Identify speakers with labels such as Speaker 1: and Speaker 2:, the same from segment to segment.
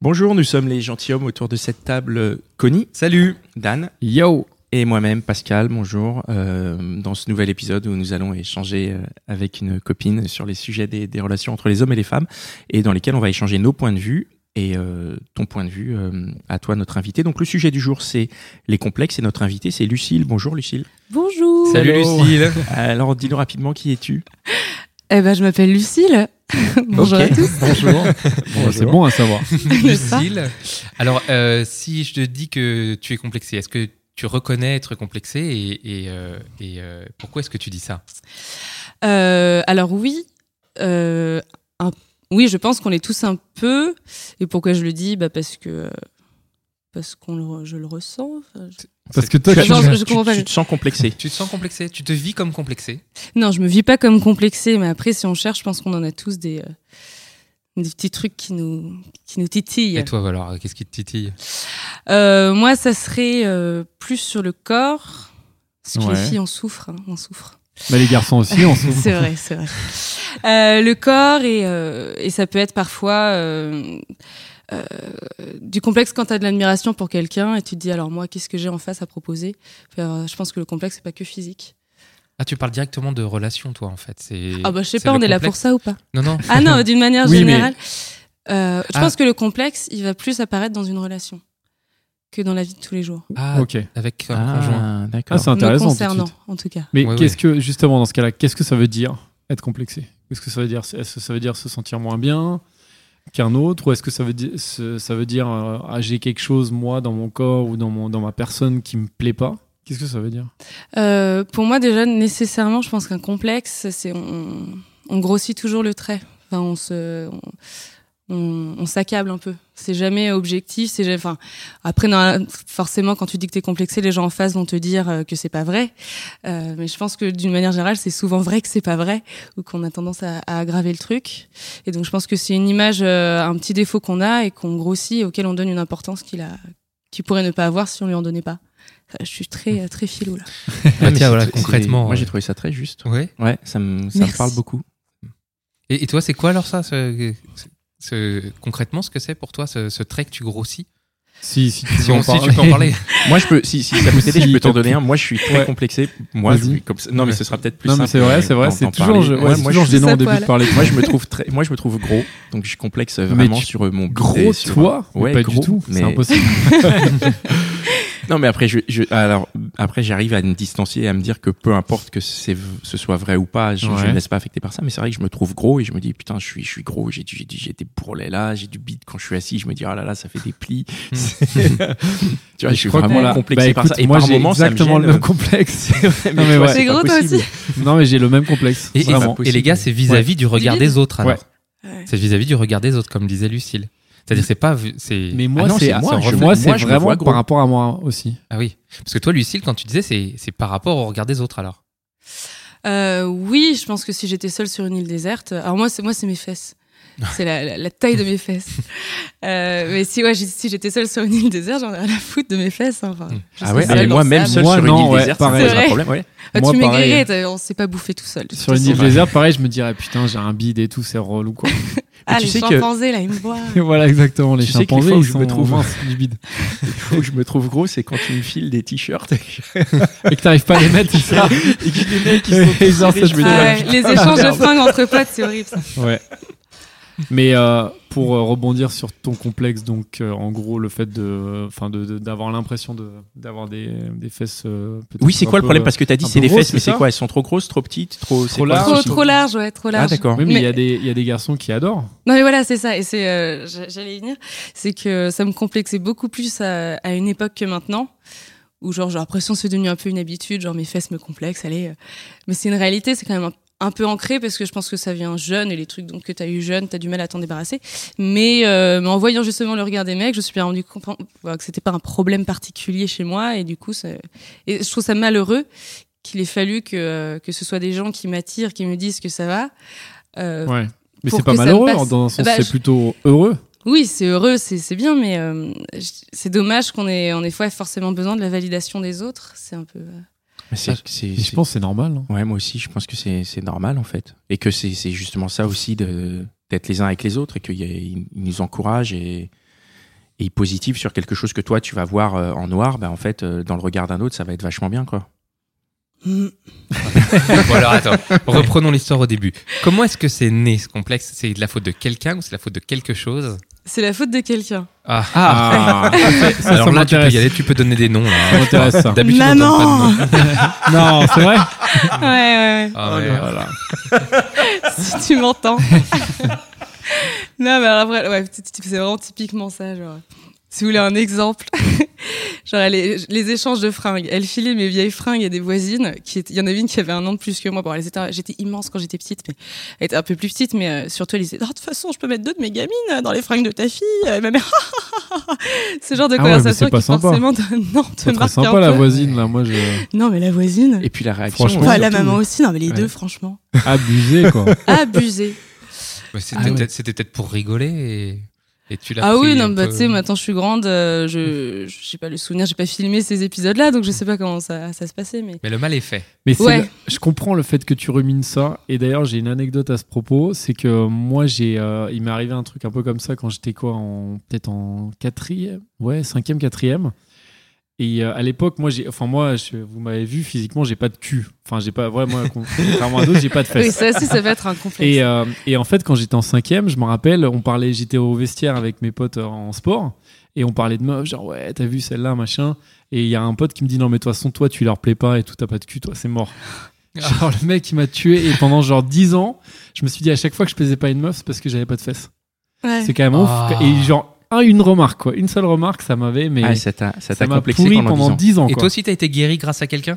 Speaker 1: Bonjour, nous sommes les gentilshommes autour de cette table. euh, Connie, salut, Dan
Speaker 2: Yo
Speaker 1: et moi-même, Pascal, bonjour. Euh, dans ce nouvel épisode où nous allons échanger euh, avec une copine sur les sujets des, des relations entre les hommes et les femmes et dans lesquels on va échanger nos points de vue et euh, ton point de vue euh, à toi, notre invité. Donc le sujet du jour, c'est les complexes et notre invité, c'est Lucille. Bonjour Lucille.
Speaker 3: Bonjour.
Speaker 4: Salut
Speaker 1: Hello.
Speaker 4: Lucille.
Speaker 1: Alors dis-nous rapidement qui es-tu
Speaker 3: Eh ben, je m'appelle Lucille. Bonjour
Speaker 1: Ok.
Speaker 3: à tous.
Speaker 2: Bonjour Bon, C'est bon à savoir.
Speaker 3: N'est-ce pas
Speaker 4: Lucille. Alors, euh, si je te dis que tu es complexé, est-ce que tu reconnais être complexé et, et, euh, et, euh, pourquoi est-ce que tu dis ça
Speaker 3: Euh, alors oui, euh, un- oui, je pense qu'on est tous un peu. Et pourquoi je le dis Bah parce que euh, parce qu'on le re- je le ressens. Enfin, je-
Speaker 2: Parce que toi,
Speaker 1: Tu as-
Speaker 2: tu-
Speaker 3: Non, je-
Speaker 1: tu-
Speaker 3: je comprends pas.
Speaker 1: tu te sens complexé.
Speaker 4: Tu te sens complexé Tu te vis comme complexé
Speaker 3: Non, je me vis pas comme complexée, mais après, si on cherche, je pense qu'on en a tous des euh, des petits trucs qui nous qui nous titillent.
Speaker 4: Et toi, alors, qu'est-ce qui te titille
Speaker 3: Euh, moi, ça serait euh, plus sur le corps. Parce que
Speaker 2: Ouais.
Speaker 3: les filles en souffrent, hein, on souffre.
Speaker 2: mais bah, les garçons aussi, on se
Speaker 3: C'est vrai, c'est vrai. Euh, le corps et, euh, et ça peut être parfois euh, euh, du complexe quand tu as de l'admiration pour quelqu'un et tu te dis alors moi qu'est-ce que j'ai en face à proposer. Enfin, euh, je pense que le complexe c'est pas que physique.
Speaker 4: Ah, tu parles directement de relation, toi, en fait. C'est,
Speaker 3: ah bah je sais
Speaker 4: c'est
Speaker 3: pas,
Speaker 4: le
Speaker 3: on est là pour
Speaker 4: complexe.
Speaker 3: ça ou pas
Speaker 4: Non, non.
Speaker 3: Ah non, d'une manière
Speaker 2: Oui, mais-
Speaker 3: générale, euh, je
Speaker 4: Ah.
Speaker 3: pense que le complexe il va plus apparaître dans une relation que dans la vie de tous les jours.
Speaker 4: Ah,
Speaker 2: Ok.
Speaker 4: avec un conjoint.
Speaker 2: Ah,
Speaker 1: d'accord.
Speaker 4: Bah,
Speaker 2: c'est intéressant.
Speaker 3: Me
Speaker 2: tout de
Speaker 3: concernant
Speaker 2: suite.
Speaker 3: en tout cas.
Speaker 2: Mais
Speaker 4: Ouais,
Speaker 2: qu'est-ce que, justement, dans ce cas-là, qu'est-ce que ça veut dire être complexé Est-ce que ça veut dire, est-ce que ça veut dire se sentir moins bien qu'un autre Ou est-ce que ça veut dire, se- ça veut dire euh, ah, j'ai quelque chose, moi, dans mon corps ou dans, mon, dans ma personne qui me plaît pas Qu'est-ce que ça veut dire
Speaker 3: Euh, pour moi, déjà, nécessairement, je pense qu'un complexe, c'est on, on grossit toujours le trait. Enfin, on se, on, on- on s'accable un peu. C'est jamais objectif. C'est jamais- enfin après, non, forcément, quand tu dis que t'es complexé, les gens en face vont te dire euh, que c'est pas vrai. Euh, mais je pense que d'une manière générale, c'est souvent vrai que c'est pas vrai ou qu'on a tendance à, à aggraver le truc. Et donc, je pense que c'est une image, euh, un petit défaut qu'on a et qu'on grossit et auquel on donne une importance qu'il a, qu'il pourrait ne pas avoir si on lui en donnait pas. Enfin, Je suis très très filou là.
Speaker 4: Ah,
Speaker 1: mais
Speaker 4: tiens,
Speaker 1: c'est-
Speaker 4: voilà,
Speaker 1: c'est-
Speaker 4: concrètement.
Speaker 1: Moi, j'ai
Speaker 4: euh,
Speaker 1: trouvé ça très juste.
Speaker 4: ouais.
Speaker 1: Ouais, ça me, ça me
Speaker 3: Merci.
Speaker 1: parle beaucoup.
Speaker 4: Et, et toi, c'est quoi alors ça ce, ce- ce- Concrètement, ce que c'est pour toi, ce, ce trait que tu grossis
Speaker 2: Si, si,
Speaker 4: si, on-
Speaker 2: en
Speaker 4: si tu peux en parler.
Speaker 1: Moi, je peux, si, si ça peut t'aider, je
Speaker 2: Si,
Speaker 1: peux t'en
Speaker 2: t'as
Speaker 1: donner
Speaker 2: plus-
Speaker 1: un. Moi, je suis très
Speaker 2: Ouais.
Speaker 1: complexé. Moi,
Speaker 2: Vas-y.
Speaker 1: c'est comme ça- non, mais ce sera peut-être plus
Speaker 2: Non, mais
Speaker 1: simple,
Speaker 2: c'est vrai,
Speaker 1: euh,
Speaker 2: c'est vrai.
Speaker 1: d'en-
Speaker 2: C'est
Speaker 1: d'en
Speaker 2: toujours,
Speaker 1: parler.
Speaker 2: je, ouais,
Speaker 1: Ouais,
Speaker 2: c'est
Speaker 1: moi,
Speaker 2: toujours
Speaker 1: je,
Speaker 3: suis-
Speaker 2: gênant au
Speaker 3: Ça
Speaker 2: début
Speaker 3: poil.
Speaker 2: de parler. de-
Speaker 1: moi, je me trouve très, moi, je me trouve gros. Donc, je complexe vraiment
Speaker 2: tu-
Speaker 1: sur euh, mon bide
Speaker 2: Gros,
Speaker 1: et sur-
Speaker 2: toi Mais
Speaker 1: Ouais,
Speaker 2: Pas
Speaker 1: gros,
Speaker 2: du tout.
Speaker 1: mais-
Speaker 2: C'est impossible.
Speaker 1: Non, mais après, je, je- alors, après, j'arrive à me distancier, à me dire que peu importe que c'est, ce soit vrai ou pas, je, je
Speaker 2: Ouais.
Speaker 1: me laisse pas affecter par ça. Mais c'est vrai que je me trouve gros et je me dis, putain, je suis, je suis gros, j'ai, du- j'ai, du- j'ai des bourrelets là, j'ai du bide quand je suis assis, je me dis, ah là là, ça fait des plis.
Speaker 4: Hmm.
Speaker 1: C'est- tu vois, je suis
Speaker 2: crois qu'on
Speaker 1: vraiment
Speaker 2: l'a-
Speaker 1: complexé
Speaker 2: bah,
Speaker 1: par
Speaker 2: écoute,
Speaker 1: ça. Et
Speaker 2: moi,
Speaker 1: par
Speaker 2: j'ai
Speaker 1: moments, ça me
Speaker 2: exactement le
Speaker 1: gêne.
Speaker 2: même complexe.
Speaker 1: Mais
Speaker 2: Non, mais
Speaker 1: tu vois,
Speaker 2: ouais.
Speaker 1: c'est
Speaker 3: T'es
Speaker 1: pas
Speaker 3: gros, toi
Speaker 1: possible.
Speaker 3: aussi
Speaker 2: non, mais j'ai le même complexe.
Speaker 4: Et, et-
Speaker 2: vraiment.
Speaker 4: et les gars, c'est vis-à-vis du regard
Speaker 3: Du vide.
Speaker 4: des autres. Alors.
Speaker 2: Ouais.
Speaker 3: Ouais.
Speaker 4: C'est vis-à-vis du regard des autres, comme disait Lucille. C'est-à-dire, c'est pas. vu- c'est
Speaker 2: Mais
Speaker 1: Ah
Speaker 2: moi,
Speaker 1: non,
Speaker 2: c'est
Speaker 1: c'est moi,
Speaker 2: moi,
Speaker 1: je-
Speaker 2: moi,
Speaker 1: moi,
Speaker 2: c'est
Speaker 1: je me vois
Speaker 2: vraiment
Speaker 1: gros.
Speaker 2: par rapport à moi aussi.
Speaker 4: Ah oui. Parce que toi, Lucille, quand tu disais, c'est c'est par rapport au regard des autres, alors.
Speaker 3: Euh, oui, je pense que si j'étais seule sur une île déserte, alors moi c'est moi c'est mes fesses, c'est la, la- la taille de mes fesses. Euh, mais si ouais, j'ai- si j'étais seule sur une île déserte, j'en ai rien à foutre de mes fesses. hein. Enfin, je
Speaker 1: Ah
Speaker 3: serais
Speaker 1: ouais,
Speaker 3: seule
Speaker 1: mais
Speaker 3: dans
Speaker 1: moi
Speaker 3: le
Speaker 1: même
Speaker 3: sable.
Speaker 1: seul
Speaker 2: Moi,
Speaker 1: sur une
Speaker 2: non,
Speaker 1: île
Speaker 2: ouais,
Speaker 1: déserte, ça me
Speaker 2: pareil.
Speaker 1: pose un
Speaker 3: Ouais.
Speaker 1: problème. Ouais.
Speaker 3: Ah,
Speaker 2: moi,
Speaker 3: tu
Speaker 2: pareil.
Speaker 3: maigrirais, t'as- on s'est pas bouffé tout seul. de
Speaker 2: Sur
Speaker 3: toute
Speaker 2: une île
Speaker 3: façon.
Speaker 2: déserte, pareil, je me dirais putain, j'ai un bide et tout, c'est relou quoi.
Speaker 3: Ah
Speaker 1: tu
Speaker 3: les
Speaker 1: sais que-
Speaker 3: chimpanzés là, ils me voient.
Speaker 2: Et voilà, exactement. Les
Speaker 1: Tu sais que les
Speaker 2: chimpanzés,
Speaker 1: fois où
Speaker 2: ils
Speaker 1: je me
Speaker 2: sont
Speaker 1: trouve-
Speaker 2: minces du bide.
Speaker 1: Où je me trouve gros, c'est quand tu me files des t-shirts et
Speaker 2: Et que t'arrives pas à les mettre, c'est ça.
Speaker 1: que des mecs qui
Speaker 2: Et genre, ça,
Speaker 1: je
Speaker 2: je
Speaker 1: me dis,
Speaker 2: me
Speaker 3: Ah
Speaker 1: ah,
Speaker 3: ouais,
Speaker 1: putain,
Speaker 3: les échanges de fringues entre potes, c'est horrible. ça.
Speaker 2: Ouais. Mais euh, pour euh, rebondir sur ton complexe, donc euh, en gros le fait de, enfin de- de- d'avoir l'impression de d'avoir des, des fesses. euh, peut-être
Speaker 1: Oui, c'est
Speaker 2: un
Speaker 1: quoi le
Speaker 2: peu-
Speaker 1: problème Parce que t'as dit
Speaker 2: un
Speaker 1: c'est
Speaker 2: peu
Speaker 1: les
Speaker 2: gros,
Speaker 1: fesses,
Speaker 2: c'est
Speaker 1: mais c'est
Speaker 2: ça
Speaker 1: quoi Elles sont trop grosses, trop petites, trop. c'est
Speaker 2: Trop
Speaker 1: quoi le
Speaker 2: larges.
Speaker 3: Trop,
Speaker 1: souci
Speaker 3: trop large, ouais, trop large.
Speaker 1: Ah d'accord.
Speaker 2: Oui, mais il y
Speaker 3: Mais-
Speaker 2: a des il y a des garçons qui adorent.
Speaker 3: Non mais voilà, c'est ça. Et c'est, euh, j- j'allais y venir, c'est que ça me complexait beaucoup plus à, à une époque que maintenant, où genre j'ai l'impression que c'est devenu un peu une habitude, genre mes fesses me complexent, allez. euh. Mais c'est une réalité, c'est quand même un un peu ancré parce que je pense que ça vient jeune et les trucs donc que t'as eu jeune, t'as du mal à t'en débarrasser. Mais, euh, mais en voyant justement le regard des mecs, je suis bien rendu compte bah, que c'était pas un problème particulier chez moi et du coup, ça- et je trouve ça malheureux qu'il ait fallu que, euh, que ce soit des gens qui m'attirent, qui me disent que ça va. Euh,
Speaker 2: Ouais. Mais
Speaker 3: Pour
Speaker 2: c'est pas
Speaker 3: que ça me
Speaker 2: malheureux, hein,
Speaker 3: passe.
Speaker 2: dans un sens,
Speaker 3: Bah,
Speaker 2: c'est
Speaker 3: je-
Speaker 2: plutôt heureux.
Speaker 3: Oui, c'est heureux, c'est c'est bien, mais euh, je- c'est dommage qu'on ait en effet forcément besoin de la validation des autres. C'est un peu. euh,
Speaker 1: Mais c'est-
Speaker 2: Ah,
Speaker 1: c'est-
Speaker 2: Et
Speaker 1: c'est-
Speaker 2: je pense que c'est normal. hein.
Speaker 1: Ouais, moi aussi, je pense que c'est c'est normal en fait. Et que c'est c'est justement ça aussi de- d'être les uns avec les autres et qu'ils nous encouragent et, et ils positivent sur quelque chose que toi tu vas voir euh, en noir. Bah, en fait, euh, dans le regard d'un autre, ça va être vachement bien quoi.
Speaker 4: Bon, alors attends, reprenons l'histoire au début. Comment est-ce que c'est né ce complexe C'est de la faute de quelqu'un ou c'est la faute de quelque chose
Speaker 3: C'est la faute de quelqu'un.
Speaker 4: Ah,
Speaker 2: Ah. ça,
Speaker 4: Alors
Speaker 2: ça
Speaker 4: là, tu peux
Speaker 2: m'intéresse.
Speaker 4: y aller, tu peux donner des noms.
Speaker 2: Ça
Speaker 4: Là.
Speaker 2: m'intéresse ça.
Speaker 4: D'habitude, on donne pas de noms.
Speaker 2: non, c'est vrai
Speaker 3: Ouais, ouais, ouais.
Speaker 2: Oh,
Speaker 4: Ah, ouais.
Speaker 3: si tu m'entends. non, mais alors après, ouais, t- t- c'est vraiment typiquement ça. Genre, si vous voulez un exemple, genre elle est- les échanges de fringues. Elle filait mes vieilles fringues à des voisines. Qui étaient- il y en avait une qui avait un an de plus que moi. Bon, elles étaient- j'étais immense quand j'étais petite, mais elle était un peu plus petite. Mais euh, surtout, elle disait Ah, de toute façon, je peux mettre deux de mes gamines euh, dans les fringues de ta fille. Et ma mère, ce genre de
Speaker 2: Ah ouais, mais
Speaker 3: conversation
Speaker 2: c'est pas
Speaker 3: qui
Speaker 2: sympa.
Speaker 3: forcément te- non, te
Speaker 2: C'est très
Speaker 3: marque un
Speaker 2: sympa
Speaker 3: peu.
Speaker 2: la voisine, là. Moi, je.
Speaker 3: Non, mais la voisine.
Speaker 1: Et puis la réaction.
Speaker 2: Franchement,
Speaker 3: Enfin,
Speaker 1: ouais.
Speaker 3: la
Speaker 2: surtout,
Speaker 3: maman
Speaker 2: mais-
Speaker 3: aussi. Non, mais les
Speaker 2: Ouais.
Speaker 3: deux, franchement,
Speaker 2: Abusé, quoi.
Speaker 3: abusé.
Speaker 4: Mais C'était
Speaker 2: Ah ouais.
Speaker 4: peut-être- c'était peut-être pour rigoler et, et tu l'as
Speaker 3: Ah oui,
Speaker 4: pris
Speaker 3: non,
Speaker 4: un
Speaker 3: bah,
Speaker 4: peu-
Speaker 3: tu sais, maintenant je suis grande, euh, je je sais pas le souvenir, j'ai pas filmé ces épisodes-là, donc je sais pas comment ça, ça se passait, mais.
Speaker 4: Mais le mal est fait.
Speaker 2: Mais c'est
Speaker 3: Ouais.
Speaker 2: la- je comprends le fait que tu rumines ça. Et d'ailleurs, j'ai une anecdote à ce propos. C'est que moi, j'ai, euh, il m'est arrivé un truc un peu comme ça quand j'étais quoi, en, peut-être en quatrième, ouais, cinquième, quatrième. Et euh, à l'époque, moi, j'ai, enfin moi, je- vous m'avez vu physiquement, j'ai pas de cul. Enfin, j'ai pas, ouais, moi, contrairement à d'autres, j'ai pas de fesses.
Speaker 3: Oui, ça aussi, ça va être un complexe.
Speaker 2: Et, euh, et en fait, quand j'étais en cinquième, je me rappelle, on parlait, j'étais au vestiaire avec mes potes euh, en sport, et on parlait de meufs, genre ouais, t'as vu celle-là, machin. Et il y a un pote qui me dit non mais de toute façon toi tu leur plais pas et tout t'as pas de cul toi c'est mort.
Speaker 3: Ah.
Speaker 2: Genre le mec il m'a tué et pendant genre 10 ans je me suis dit à chaque fois que je plaisais pas une meuf c'est parce que j'avais pas de fesses.
Speaker 3: Ouais.
Speaker 2: C'est quand même
Speaker 4: Ah.
Speaker 2: ouf. Et genre un- une remarque quoi, une seule remarque ça m'avait mais
Speaker 1: Ah, ça t'a ça
Speaker 2: ça
Speaker 1: t'a
Speaker 2: m'a
Speaker 1: complexé
Speaker 2: pourri
Speaker 1: pendant, 10
Speaker 2: pendant
Speaker 1: ans.
Speaker 2: 10 ans.
Speaker 4: Et
Speaker 2: quoi.
Speaker 4: toi aussi, t'as été guéri grâce à quelqu'un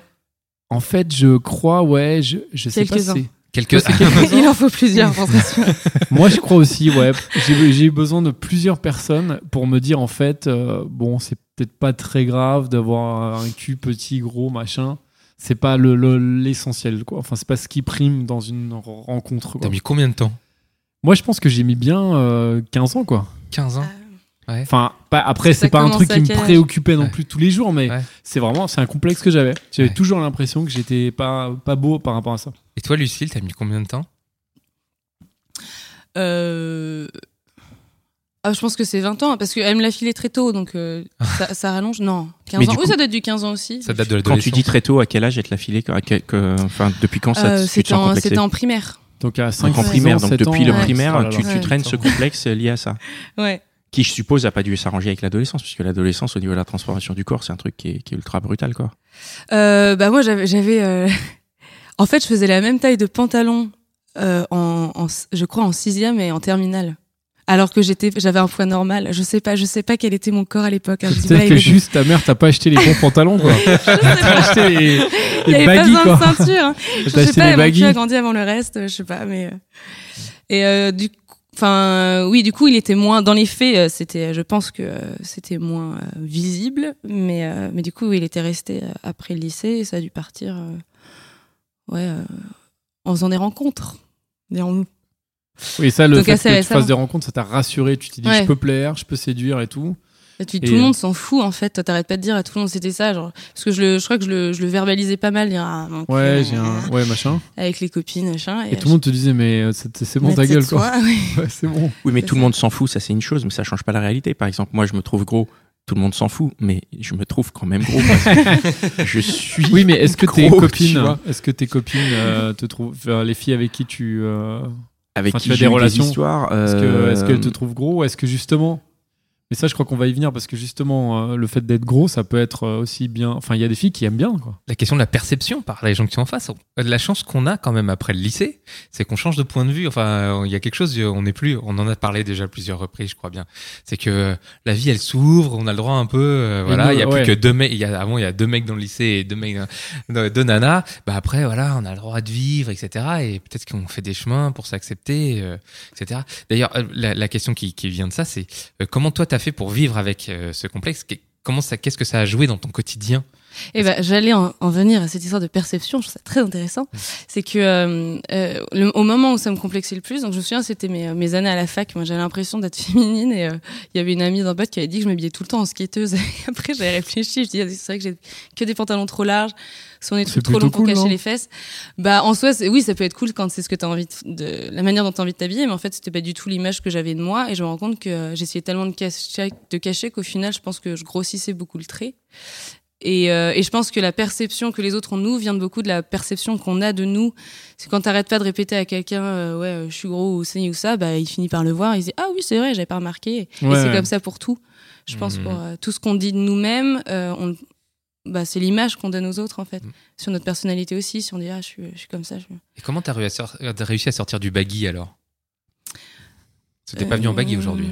Speaker 2: En fait je crois ouais je, je sais pas.
Speaker 3: Quelques-uns.
Speaker 2: c'est-
Speaker 4: Quelqu'un
Speaker 2: Ah,
Speaker 3: Il en faut plusieurs, pour ça, sûr.
Speaker 2: Moi, je crois aussi, ouais. J'ai j'ai eu besoin de plusieurs personnes pour me dire, en fait, euh, bon, c'est peut-être pas très grave d'avoir un cul petit, gros, machin. C'est pas le- le- l'essentiel, quoi. Enfin, c'est pas ce qui prime dans une re- rencontre,
Speaker 4: T'as
Speaker 2: quoi.
Speaker 4: mis combien de temps
Speaker 2: Moi, je pense que j'ai mis bien euh, 15 ans, quoi.
Speaker 4: 15 ans
Speaker 2: Enfin, pas, après,
Speaker 3: Ça
Speaker 2: c'est pas un
Speaker 3: commence
Speaker 2: truc
Speaker 3: à
Speaker 2: qui me
Speaker 3: quel âge
Speaker 2: préoccupait non
Speaker 4: Ouais.
Speaker 2: plus tous les jours, mais
Speaker 4: Ouais.
Speaker 2: c'est vraiment, c'est un complexe que j'avais. J'avais
Speaker 4: Ouais.
Speaker 2: toujours l'impression que j'étais pas, pas beau par rapport à ça.
Speaker 4: Et toi, Lucille, t'as mis combien de temps
Speaker 3: Euh, Ah, je pense que c'est 20 ans, parce qu'elle me l'a filé très tôt, donc euh, ça, ça rallonge. Non, 15
Speaker 1: Mais
Speaker 3: ans.
Speaker 1: du
Speaker 3: Oui,
Speaker 1: coup-
Speaker 3: ça doit être du 15 ans aussi.
Speaker 4: Ça date de
Speaker 1: Quand tu
Speaker 4: l'adolescence.
Speaker 1: dis très tôt, à quel âge elle te l'a filé quand- à quel- que- Enfin, depuis quand ça
Speaker 3: Euh,
Speaker 1: te- tu te
Speaker 3: C'était
Speaker 1: sens
Speaker 3: en,
Speaker 1: complexé
Speaker 3: c'était en primaire.
Speaker 2: Donc, à 5
Speaker 1: Donc en
Speaker 3: cinq
Speaker 1: primaire,
Speaker 2: ans,
Speaker 1: donc
Speaker 2: sept
Speaker 1: depuis
Speaker 2: ans,
Speaker 1: le
Speaker 2: ouais.
Speaker 1: primaire,
Speaker 2: Oh là là.
Speaker 1: tu, tu
Speaker 3: Ouais.
Speaker 1: traînes ce complexe euh, lié à ça,
Speaker 3: Ouais.
Speaker 1: qui je suppose a pas dû s'arranger avec l'adolescence, puisque l'adolescence au niveau de la transformation du corps, c'est un truc qui est, qui est ultra brutal, quoi.
Speaker 3: Euh, bah moi j'avais j'avais euh, en fait je faisais la même taille de pantalon euh, en, en je crois en sixième et en terminale alors que j'étais j'avais un poids normal je sais pas je sais pas quel était mon corps à l'époque hein. Je dis pas,
Speaker 2: Peut-être
Speaker 3: il
Speaker 2: que
Speaker 3: est-
Speaker 2: juste ta mère t'a pas acheté les bons pantalons quoi. T'as acheté les,
Speaker 3: il y
Speaker 2: les
Speaker 3: avait pas
Speaker 2: baggy
Speaker 3: besoin
Speaker 2: quoi.
Speaker 3: de ceinture hein. je
Speaker 2: T'as
Speaker 3: sais
Speaker 2: acheté
Speaker 3: pas
Speaker 2: Bah, les
Speaker 3: elle m'a
Speaker 2: baggy.
Speaker 3: grandi avant le reste euh, je sais pas mais euh, et euh, du coup- enfin euh, oui du coup il était moins dans les faits euh, c'était je pense que euh, c'était moins euh, visible mais euh, mais du coup il était resté euh, après le lycée et ça a dû partir euh, ouais euh, en faisant des rencontres dirons-nous
Speaker 2: Oui, ça le
Speaker 3: Donc,
Speaker 2: fait
Speaker 3: assez
Speaker 2: que tu
Speaker 3: récemment.
Speaker 2: fasses des rencontres, ça t'a rassuré. Tu t'es dit
Speaker 3: Ouais.
Speaker 2: je peux plaire, je peux séduire et tout.
Speaker 3: Et tu-
Speaker 2: Et,
Speaker 3: tout le
Speaker 2: euh,
Speaker 3: monde s'en fout en fait. Toi, T'arrêtes pas de dire à tout le monde c'était ça, genre parce que je le, je crois que je le, je le verbalisais pas mal, dire ah, mon cul,
Speaker 2: Ouais,
Speaker 3: euh,
Speaker 2: j'ai un ouais machin.
Speaker 3: avec les copines machin.
Speaker 2: Et tout le monde te disait mais euh, c'est c'est bon ta gueule quoi. Ouais, c'est bon.
Speaker 1: Oui, mais
Speaker 3: C'est
Speaker 1: tout le
Speaker 3: ça.
Speaker 1: monde s'en fout, ça c'est une chose, mais ça change pas la réalité. Par exemple, moi je me trouve gros, tout le monde s'en fout, mais je me trouve quand même gros. parce que je suis.
Speaker 2: Oui, mais est-ce que tes
Speaker 1: gros, tu
Speaker 2: copines,
Speaker 1: vois,
Speaker 2: est-ce que tes copines euh, te trouvent, enfin, les filles avec qui tu, euh,
Speaker 1: avec
Speaker 2: Enfin,
Speaker 1: qui
Speaker 2: tu as
Speaker 1: j'ai
Speaker 2: des
Speaker 1: eu
Speaker 2: relations
Speaker 1: histoires,
Speaker 2: est-ce que
Speaker 1: euh,
Speaker 2: est-ce qu'elles te trouvent gros ou est-ce que justement Mais ça, je crois qu'on va y venir parce que justement, euh, le fait d'être gros, ça peut être euh, aussi bien. Enfin, il y a des filles qui aiment bien, quoi.
Speaker 4: La question de la perception par les gens qui sont en face. Euh, La chance qu'on a quand même après le lycée, c'est qu'on change de point de vue. Enfin, il y a quelque chose, on n'est plus. On en a parlé déjà plusieurs reprises, je crois bien. C'est que euh, la vie, elle s'ouvre. On a le droit un peu. euh, voilà,
Speaker 2: nous,
Speaker 4: il y a
Speaker 2: ouais.
Speaker 4: plus que deux mecs. il y a- Avant, il y a deux mecs dans le lycée et deux mecs, dans- deux nanas. Bah après, voilà, on a le droit de vivre, etc. Et peut-être qu'on fait des chemins pour s'accepter, euh, etc. D'ailleurs, euh, la, la question qui, qui vient de ça, c'est euh, comment toi t'as fait pour vivre avec euh, ce complexe Qu'est- Comment ça, qu'est-ce que ça a joué dans ton quotidien
Speaker 3: Eh ben, j'allais en, en venir à cette histoire de perception. Je trouve ça très intéressant. C'est que euh, euh, le- au moment où ça me complexait le plus, donc je me souviens, c'était mes, mes années à la fac. Moi, j'avais l'impression d'être féminine et euh, il y avait une amie d'un pote qui avait dit que je m'habillais tout le temps en skateuse. Après, j'avais réfléchi. Je dis, Ah, c'est vrai que j'ai que des pantalons trop larges, sont des
Speaker 2: C'est
Speaker 3: trucs trop
Speaker 2: plutôt
Speaker 3: longs pour
Speaker 2: cool, non
Speaker 3: cacher les fesses. Bah, en soi, c'est- oui, ça peut être cool quand c'est ce que t'as envie de, de- la manière dont t'as envie de t'habiller, mais en fait, c'était pas du tout l'image que j'avais de moi. Et je me rends compte que euh, j'essayais tellement de cacher, de cacher qu'au final, je pense que je grossissais beaucoup le trait. Et, euh, et je pense que la perception que les autres ont de nous vient de beaucoup de la perception qu'on a de nous. C'est quand t'arrêtes pas de répéter à quelqu'un, euh, ouais, euh, je suis gros ou c'est ou ça, bah il finit par le voir. Il se dit, ah oui, c'est vrai, j'avais pas remarqué.
Speaker 2: Ouais,
Speaker 3: et c'est
Speaker 2: ouais.
Speaker 3: comme ça pour tout. Je pense
Speaker 4: Mhm.
Speaker 3: pour euh, tout ce qu'on dit de nous-mêmes, euh, on, bah, c'est l'image qu'on donne aux autres en fait,
Speaker 4: Mhm.
Speaker 3: sur notre personnalité aussi. Si on dit, ah je suis, je suis comme ça. Je... suis-
Speaker 4: Et comment t'as réussi, à sor- t'as réussi à sortir du baggy alors Parce que t'es pas venu en baggy
Speaker 3: Euh,
Speaker 4: aujourd'hui.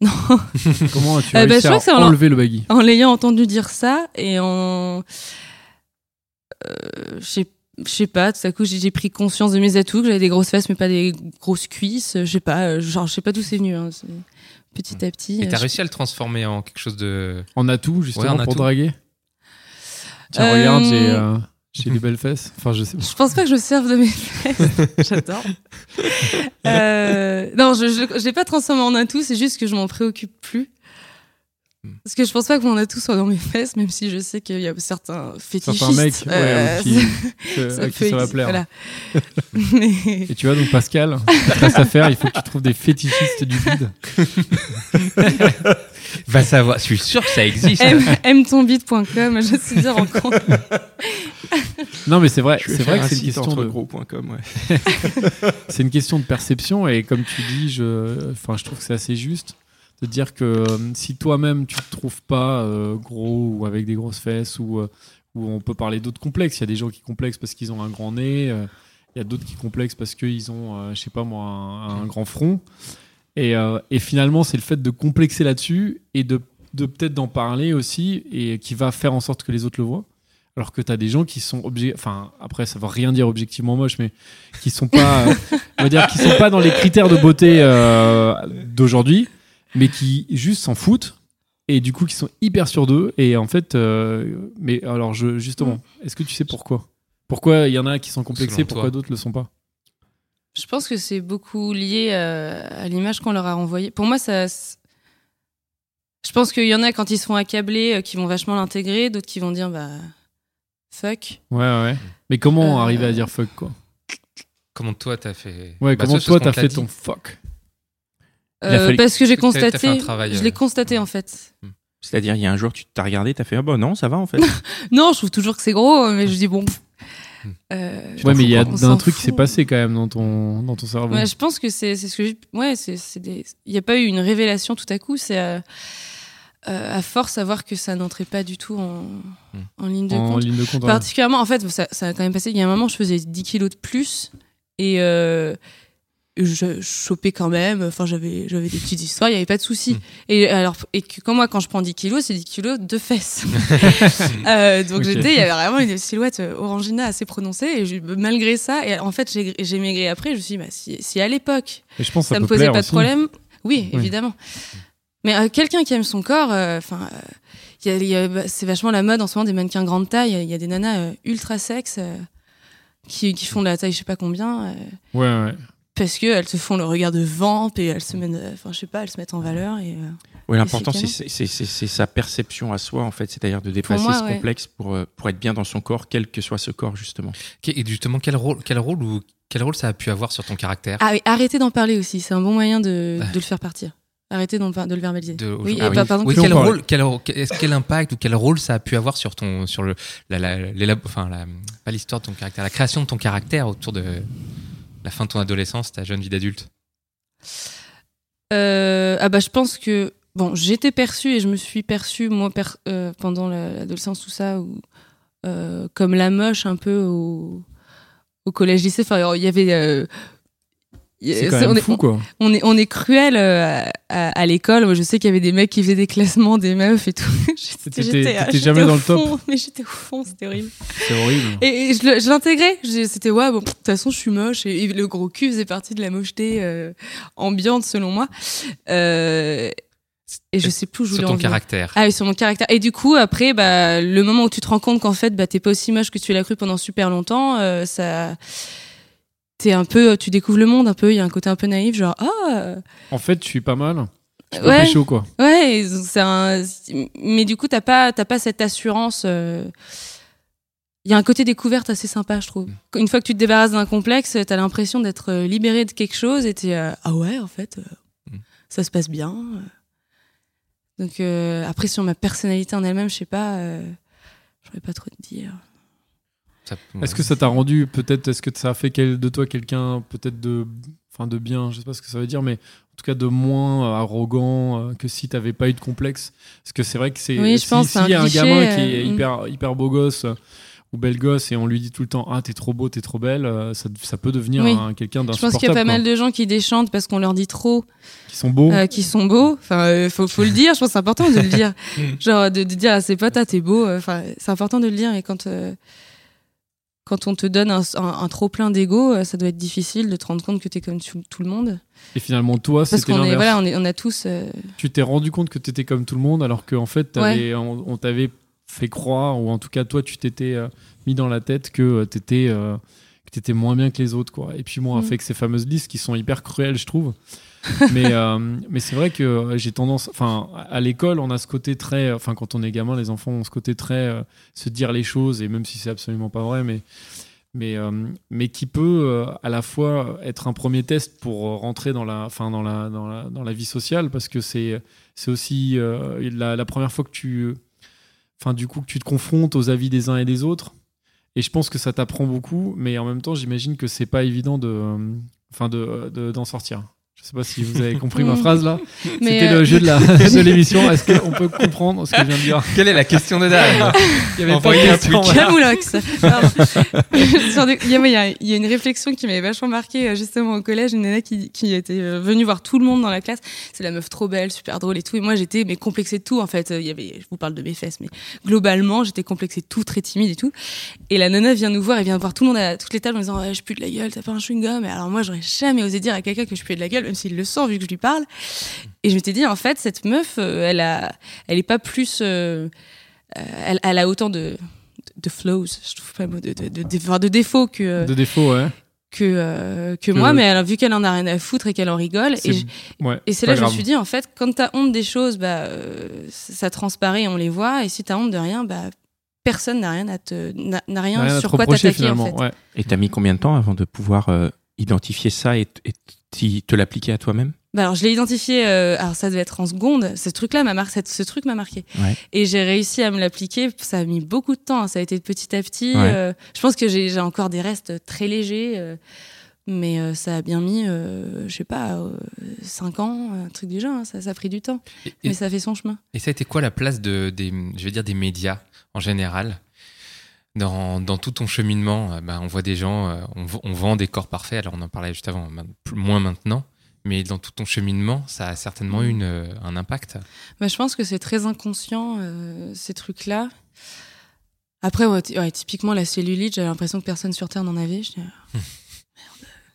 Speaker 3: Non.
Speaker 2: Comment as-tu
Speaker 3: Euh, bah,
Speaker 2: réussi
Speaker 3: je crois que c'est
Speaker 2: à
Speaker 3: en-
Speaker 2: enlever le baggy
Speaker 3: en l'ayant entendu dire ça et en euh, je sais je sais pas, tout à coup j'ai j'ai pris conscience de mes atouts, que j'avais des grosses fesses mais pas des grosses cuisses, euh, je sais pas, euh, genre je sais pas d'où c'est venu, hein, c'est petit à petit.
Speaker 4: Mmh. Et
Speaker 3: euh,
Speaker 4: t'as
Speaker 3: je-
Speaker 4: réussi à le transformer en quelque chose de.
Speaker 2: En atout, justement,
Speaker 4: Ouais, en
Speaker 2: pour
Speaker 4: atout.
Speaker 2: draguer Tiens,
Speaker 3: Euh,
Speaker 2: regarde, j'ai euh, j'ai des belles fesses. Enfin, je sais pas.
Speaker 3: Je pense pas que je me serve de mes fesses, j'adore. Euh, non, je- je je l'ai pas transformé en atout, c'est juste que je m'en préoccupe plus. Parce que je pense pas que mon atout soit dans mes fesses, même si je sais qu'il y a certains fétichistes.
Speaker 2: Certains mecs ouais,
Speaker 3: euh,
Speaker 2: qui, que- à qui
Speaker 3: peut
Speaker 2: ça va
Speaker 3: exi-
Speaker 2: plaire.
Speaker 3: voilà. Mais-
Speaker 2: Et tu vois, donc Pascal, il te reste à faire, il faut que tu trouves des fétichistes du vide.
Speaker 4: Va savoir, je suis sûr que ça existe.
Speaker 3: M- mtonbit.com, je suis dire en compte.
Speaker 2: Non, mais c'est vrai,
Speaker 1: bah, Je vais
Speaker 2: c'est
Speaker 1: faire
Speaker 2: vrai que
Speaker 1: un
Speaker 2: c'est une
Speaker 1: site
Speaker 2: question
Speaker 1: entre
Speaker 2: de.
Speaker 1: gros.com, ouais.
Speaker 2: C'est une question de perception et comme tu dis, je, enfin, je trouve que c'est assez juste de dire que euh, si toi-même tu te trouves pas euh, gros ou avec des grosses fesses ou euh, ou on peut parler d'autres complexes. Il y a des gens qui complexent parce qu'ils ont un grand nez. euh, Il y a d'autres qui complexent parce qu'ils ont, euh, je sais pas moi, un, un grand front. Et, euh, et finalement, c'est le fait de complexer là-dessus et de, de peut-être d'en parler aussi et qui va faire en sorte que les autres le voient. Alors que tu as des gens qui sont obligés, enfin après ça veut rien dire objectivement moche, mais qui sont pas, euh, on va dire, qui sont pas dans les critères de beauté euh, d'aujourd'hui, mais qui juste s'en foutent et du coup qui sont hyper sur d'eux et en fait, euh, mais alors je justement, est-ce que tu sais pourquoi Pourquoi il y en a qui sont complexés,
Speaker 4: Selon
Speaker 2: pourquoi
Speaker 4: toi.
Speaker 2: d'autres le sont pas
Speaker 3: Je pense que c'est beaucoup lié euh, à l'image qu'on leur a renvoyée. Pour moi, ça. s- Je pense qu'il y en a quand ils se font accabler, euh, qui vont vachement l'intégrer, d'autres qui vont dire bah fuck.
Speaker 2: Ouais ouais. Mais comment
Speaker 3: Euh,
Speaker 2: arriver à dire fuck quoi
Speaker 4: Comment toi t'as fait
Speaker 2: Ouais,
Speaker 4: Bah,
Speaker 2: comment
Speaker 4: ça, c'est ce
Speaker 2: toi
Speaker 4: qu'on
Speaker 2: t'as
Speaker 4: te
Speaker 2: fait
Speaker 4: l'a
Speaker 2: ton
Speaker 4: dit.
Speaker 2: fuck Il a
Speaker 3: Euh,
Speaker 2: fallu-
Speaker 3: parce que j'ai
Speaker 4: T'as- t'as fait un
Speaker 3: constaté,
Speaker 4: travail,
Speaker 3: je
Speaker 4: euh,
Speaker 3: l'ai constaté en fait.
Speaker 1: C'est-à-dire, il y a un jour, tu t'as regardé, t'as fait Ah bah non, ça va en fait.
Speaker 3: Non, je trouve toujours que c'est gros, hein, mais je dis bon.
Speaker 4: Hmm.
Speaker 3: euh,
Speaker 2: Ouais, mais il y a
Speaker 3: On s'en
Speaker 2: un truc qui s'est
Speaker 3: fout.
Speaker 2: passé quand même dans ton dans ton cerveau.
Speaker 3: Ouais, je pense que c'est c'est ce que j'ai- ouais c'est c'est des il n'y a pas eu une révélation tout à coup c'est euh, euh, à force à voir que ça n'entrait pas du tout en,
Speaker 4: Hmm.
Speaker 3: en ligne de
Speaker 2: en
Speaker 3: compte
Speaker 2: ligne de compte. hein. ouais.
Speaker 3: particulièrement en fait ça, ça a quand même passé il y a un moment je faisais 10 kilos de plus et euh, je chopais quand même enfin j'avais j'avais des petites histoires il n'y avait pas de souci
Speaker 4: Mm.
Speaker 3: et alors et que comme moi quand je prends 10 kilos c'est 10 kilos de fesses Euh, donc
Speaker 2: Ok.
Speaker 3: j'étais il y avait vraiment une silhouette euh, orangina assez prononcée et je- malgré ça et en fait j'ai j'ai maigri après je me suis dit, bah, si, si à l'époque
Speaker 2: Et je pense que
Speaker 3: ça,
Speaker 2: ça,
Speaker 3: me
Speaker 2: peut
Speaker 3: posait
Speaker 2: plaire
Speaker 3: pas
Speaker 2: aussi.
Speaker 3: de problème. Oui,
Speaker 2: Oui.
Speaker 3: évidemment. Mais euh, quelqu'un qui aime son corps, euh, enfin, euh, bah, c'est vachement la mode en ce moment des mannequins grande taille. Il y a des nanas euh, ultra sexes euh, qui, qui font de la taille, je sais pas combien, euh,
Speaker 2: Ouais ouais.
Speaker 3: parce que elles se font le regard de vamp et elles se mènent, euh, enfin, je sais pas, elles se mettent en valeur. Et, euh,
Speaker 1: Ouais, l'important, c'est
Speaker 3: Effectivement.
Speaker 1: c'est- c'est- c'est sa perception à soi, en fait, c'est-à-dire de dépasser
Speaker 3: moi,
Speaker 1: ce
Speaker 3: ouais.
Speaker 1: complexe pour, euh, pour être bien dans son corps, quel que soit ce corps, justement.
Speaker 4: Et justement, quel rôle, quel rôle ou quel rôle ça a pu avoir sur ton caractère
Speaker 3: Ah oui, arrêtez d'en parler aussi. C'est un bon moyen de,
Speaker 4: Ouais.
Speaker 3: de le faire partir. Arrêtez d'en par- de le verbaliser.
Speaker 4: de-
Speaker 3: oui, ah,
Speaker 4: aujourd'hui Ah
Speaker 3: et pas- pardon.
Speaker 4: Oui,
Speaker 2: Plus on
Speaker 4: quel
Speaker 2: parle.
Speaker 4: rôle, quel, est-ce- quel impact ou quel rôle ça a pu avoir sur ton, sur le, la, la- l'élab- enfin, la, pas l'histoire de ton caractère, la création de ton caractère autour de la fin de ton adolescence, ta jeune vie d'adulte.
Speaker 3: Euh, ah bah je pense que bon, j'étais perçue et je me suis perçue, moi, per- euh, pendant la- l'adolescence, tout ça, où, euh, comme la moche un peu au, au collège-lycée. Enfin, alors, il y avait. euh, il y a-
Speaker 2: C'est quand
Speaker 3: ça, on
Speaker 2: même
Speaker 3: est-
Speaker 2: fou, quoi.
Speaker 3: on est, on est cruel euh, à, à l'école. Moi, je sais qu'il y avait des mecs qui faisaient des classements des meufs et tout. J'étais
Speaker 2: T'étais-
Speaker 3: j'étais-
Speaker 2: t'étais
Speaker 3: j'étais
Speaker 2: jamais
Speaker 3: au
Speaker 2: dans le top.
Speaker 3: fond, mais j'étais au fond, c'était horrible.
Speaker 2: C'est horrible.
Speaker 3: Et, et je le- je l'intégrais. Je- C'était, ouais, bon, de toute façon, je suis moche. Et, et le gros cul faisait partie de la mocheté euh, ambiante, selon moi. Euh, et je sais plus où je
Speaker 4: Sur
Speaker 3: voulais en
Speaker 4: ton
Speaker 3: venir.
Speaker 4: caractère.
Speaker 3: Ah oui, sur mon caractère. Et du coup, après, bah, le moment où tu te rends compte qu'en fait, bah, t'es pas aussi moche que tu l'as cru pendant super longtemps, euh, ça. T'es un peu. Tu découvres le monde un peu, il y a un côté un peu naïf, genre, ah. euh,
Speaker 2: En fait, je suis pas mal. Je suis pas
Speaker 3: ouais,
Speaker 2: pécho, quoi.
Speaker 3: ouais, et donc c'est un- mais du coup, t'as pas, t'as pas cette assurance. euh, Il y a un côté découverte assez sympa, je trouve. Une fois que tu te débarrasses d'un complexe, t'as l'impression d'être euh, libéré de quelque chose et t'es euh, ah ouais, en fait, euh,
Speaker 4: Mm.
Speaker 3: ça se passe bien. euh. Donc euh, après, sur ma personnalité en elle-même, je sais pas, euh, j'aurais pas trop de dire.
Speaker 4: Ça-
Speaker 2: Est-ce que ça t'a rendu peut-être Est-ce que ça a fait quel- de toi quelqu'un peut-être de, enfin de bien Je sais pas ce que ça veut dire, mais en tout cas de moins euh, arrogant euh, que si t'avais pas eu de complexe. Parce que c'est vrai que c'est
Speaker 3: Oui, je
Speaker 2: si-
Speaker 3: pense, c'est
Speaker 2: s'il y a
Speaker 3: un
Speaker 2: un
Speaker 3: cliché,
Speaker 2: gamin qui est
Speaker 3: euh, mm.
Speaker 2: hyper hyper beau gosse euh, ou belle gosse et on lui dit tout le temps ah t'es trop beau, t'es trop belle, euh, ça, ça peut devenir
Speaker 3: Oui.
Speaker 2: un- quelqu'un
Speaker 3: Je pense qu'il y a
Speaker 2: d'insupportable.
Speaker 3: pas mal
Speaker 2: quoi.
Speaker 3: de gens qui déchantent parce qu'on leur dit trop
Speaker 2: Qui sont beaux.
Speaker 3: euh, qui sont beaux. Enfin, euh, faut, faut le dire. Je pense que c'est important de le dire.
Speaker 2: Mm.
Speaker 3: Genre de, de dire à ses potes, ah t'es beau. Enfin, c'est important de le dire. Et quand euh, quand on te donne un, trop plein d'ego, euh, ça doit être difficile de te rendre compte que t'es comme tout, tout le monde.
Speaker 2: et finalement toi,
Speaker 3: Parce
Speaker 2: c'était
Speaker 3: qu'on est,
Speaker 2: l'inverse.
Speaker 3: voilà, on, est, on a tous. euh,
Speaker 2: Tu t'es rendu compte que t'étais comme tout le monde, alors qu'en fait t'avais- on, on t'avait fait croire ou en tout cas toi tu t'étais euh, mis dans la tête que euh, t'étais euh, que t'étais moins bien que les autres quoi. Et puis moi
Speaker 3: Mm.
Speaker 2: avec ces fameuses listes qui sont hyper cruelles je trouve. mais euh, mais c'est vrai que euh, j'ai tendance, enfin à l'école on a ce côté très, euh, enfin quand on est gamin les enfants ont ce côté très euh, se dire les choses et même si c'est absolument pas vrai mais mais euh, mais qui peut euh, à la fois être un premier test pour euh, rentrer dans la enfin dans la dans la dans la vie sociale parce que c'est c'est aussi euh, la, la première fois que tu enfin du coup que tu te confrontes aux avis des uns et des autres et je pense que ça t'apprend beaucoup mais en même temps j'imagine que c'est pas évident de euh, enfin de de- d'en sortir je sais pas si vous avez compris ma phrase là
Speaker 3: Mais
Speaker 2: c'était
Speaker 3: euh,
Speaker 2: le jeu de la de l'émission est-ce qu'on peut comprendre ce que je viens de dire
Speaker 4: Quelle est la question de Dave
Speaker 2: il y avait
Speaker 4: Enfin,
Speaker 2: pas
Speaker 4: il y a
Speaker 2: de
Speaker 4: un
Speaker 2: question,
Speaker 4: tweet.
Speaker 2: voilà.
Speaker 3: Camoulox. Pardon. Sur des- Il y, a- il y a- il y a une réflexion qui m'avait vachement marqué justement au collège, une nana qui, qui était euh, venue voir tout le monde dans la classe. C'est la meuf trop belle, super drôle et tout. Et moi j'étais mais complexée de tout en fait. Euh, Il y avait, je vous parle de mes fesses, mais globalement j'étais complexée de tout, très timide et tout. Et la nana vient nous voir, elle vient voir tout le monde à toutes les tables en disant Ouais, je pue de la gueule, t'as pas un chewing gum. Et alors moi j'aurais jamais osé dire à quelqu'un que je puais de la gueule, même s'il le sent vu que je lui parle. Et je m'étais dit en fait cette meuf, euh, elle a, elle est pas plus, euh, euh, elle, elle a autant de de flows, je trouve pas le mot, de, de, de, de- voire de défauts que, euh,
Speaker 2: de défaut ouais
Speaker 3: que, euh, que
Speaker 2: Que-
Speaker 3: moi, mais alors, vu qu'elle en a rien à foutre et qu'elle en rigole, et, je-
Speaker 2: ouais,
Speaker 3: et c'est
Speaker 2: pas
Speaker 3: là que je me
Speaker 2: grave.
Speaker 3: suis dit, en fait, quand t'as honte des choses, bah, euh, ça transparaît, on les voit, et si t'as honte de rien, bah, personne n'a rien à te, n'a n'a rien,
Speaker 2: Rien à
Speaker 3: sur
Speaker 2: te
Speaker 3: quoi
Speaker 2: reprocher,
Speaker 3: t'attaquer, en
Speaker 2: finalement,
Speaker 3: fait.
Speaker 2: ouais.
Speaker 1: Et t'as mis combien de temps avant de pouvoir euh, identifier ça et, t- et t'y- te l'appliquer à toi-même
Speaker 3: Bah alors je l'ai identifié, euh, alors ça devait être en seconde, ce truc-là m'a marqué, ce truc m'a marqué.
Speaker 1: Ouais.
Speaker 3: Et j'ai réussi à me l'appliquer, ça a mis beaucoup de temps, hein, ça a été petit à petit.
Speaker 1: Ouais.
Speaker 3: euh, je pense que j'ai j'ai encore des restes très légers, euh, mais euh, ça a bien mis, euh, je sais pas, 5 ans, un truc du genre, hein, ça, ça a pris du temps,
Speaker 4: Et- et-
Speaker 3: mais ça fait son chemin.
Speaker 4: Et ça a été quoi la place de, des, je vais dire, des médias en général dans, dans tout ton cheminement Euh, ben, On voit des gens, euh, on, v- on vend des corps parfaits, alors on en parlait juste avant, main- plus- moins maintenant, mais dans tout ton cheminement, ça a certainement eu une, euh, un impact.
Speaker 3: Bah, je pense que c'est très inconscient, euh, ces trucs-là. Après, ouais, ty- ouais, typiquement la cellulite, j'avais l'impression que personne sur Terre n'en avait. J'étais, ah,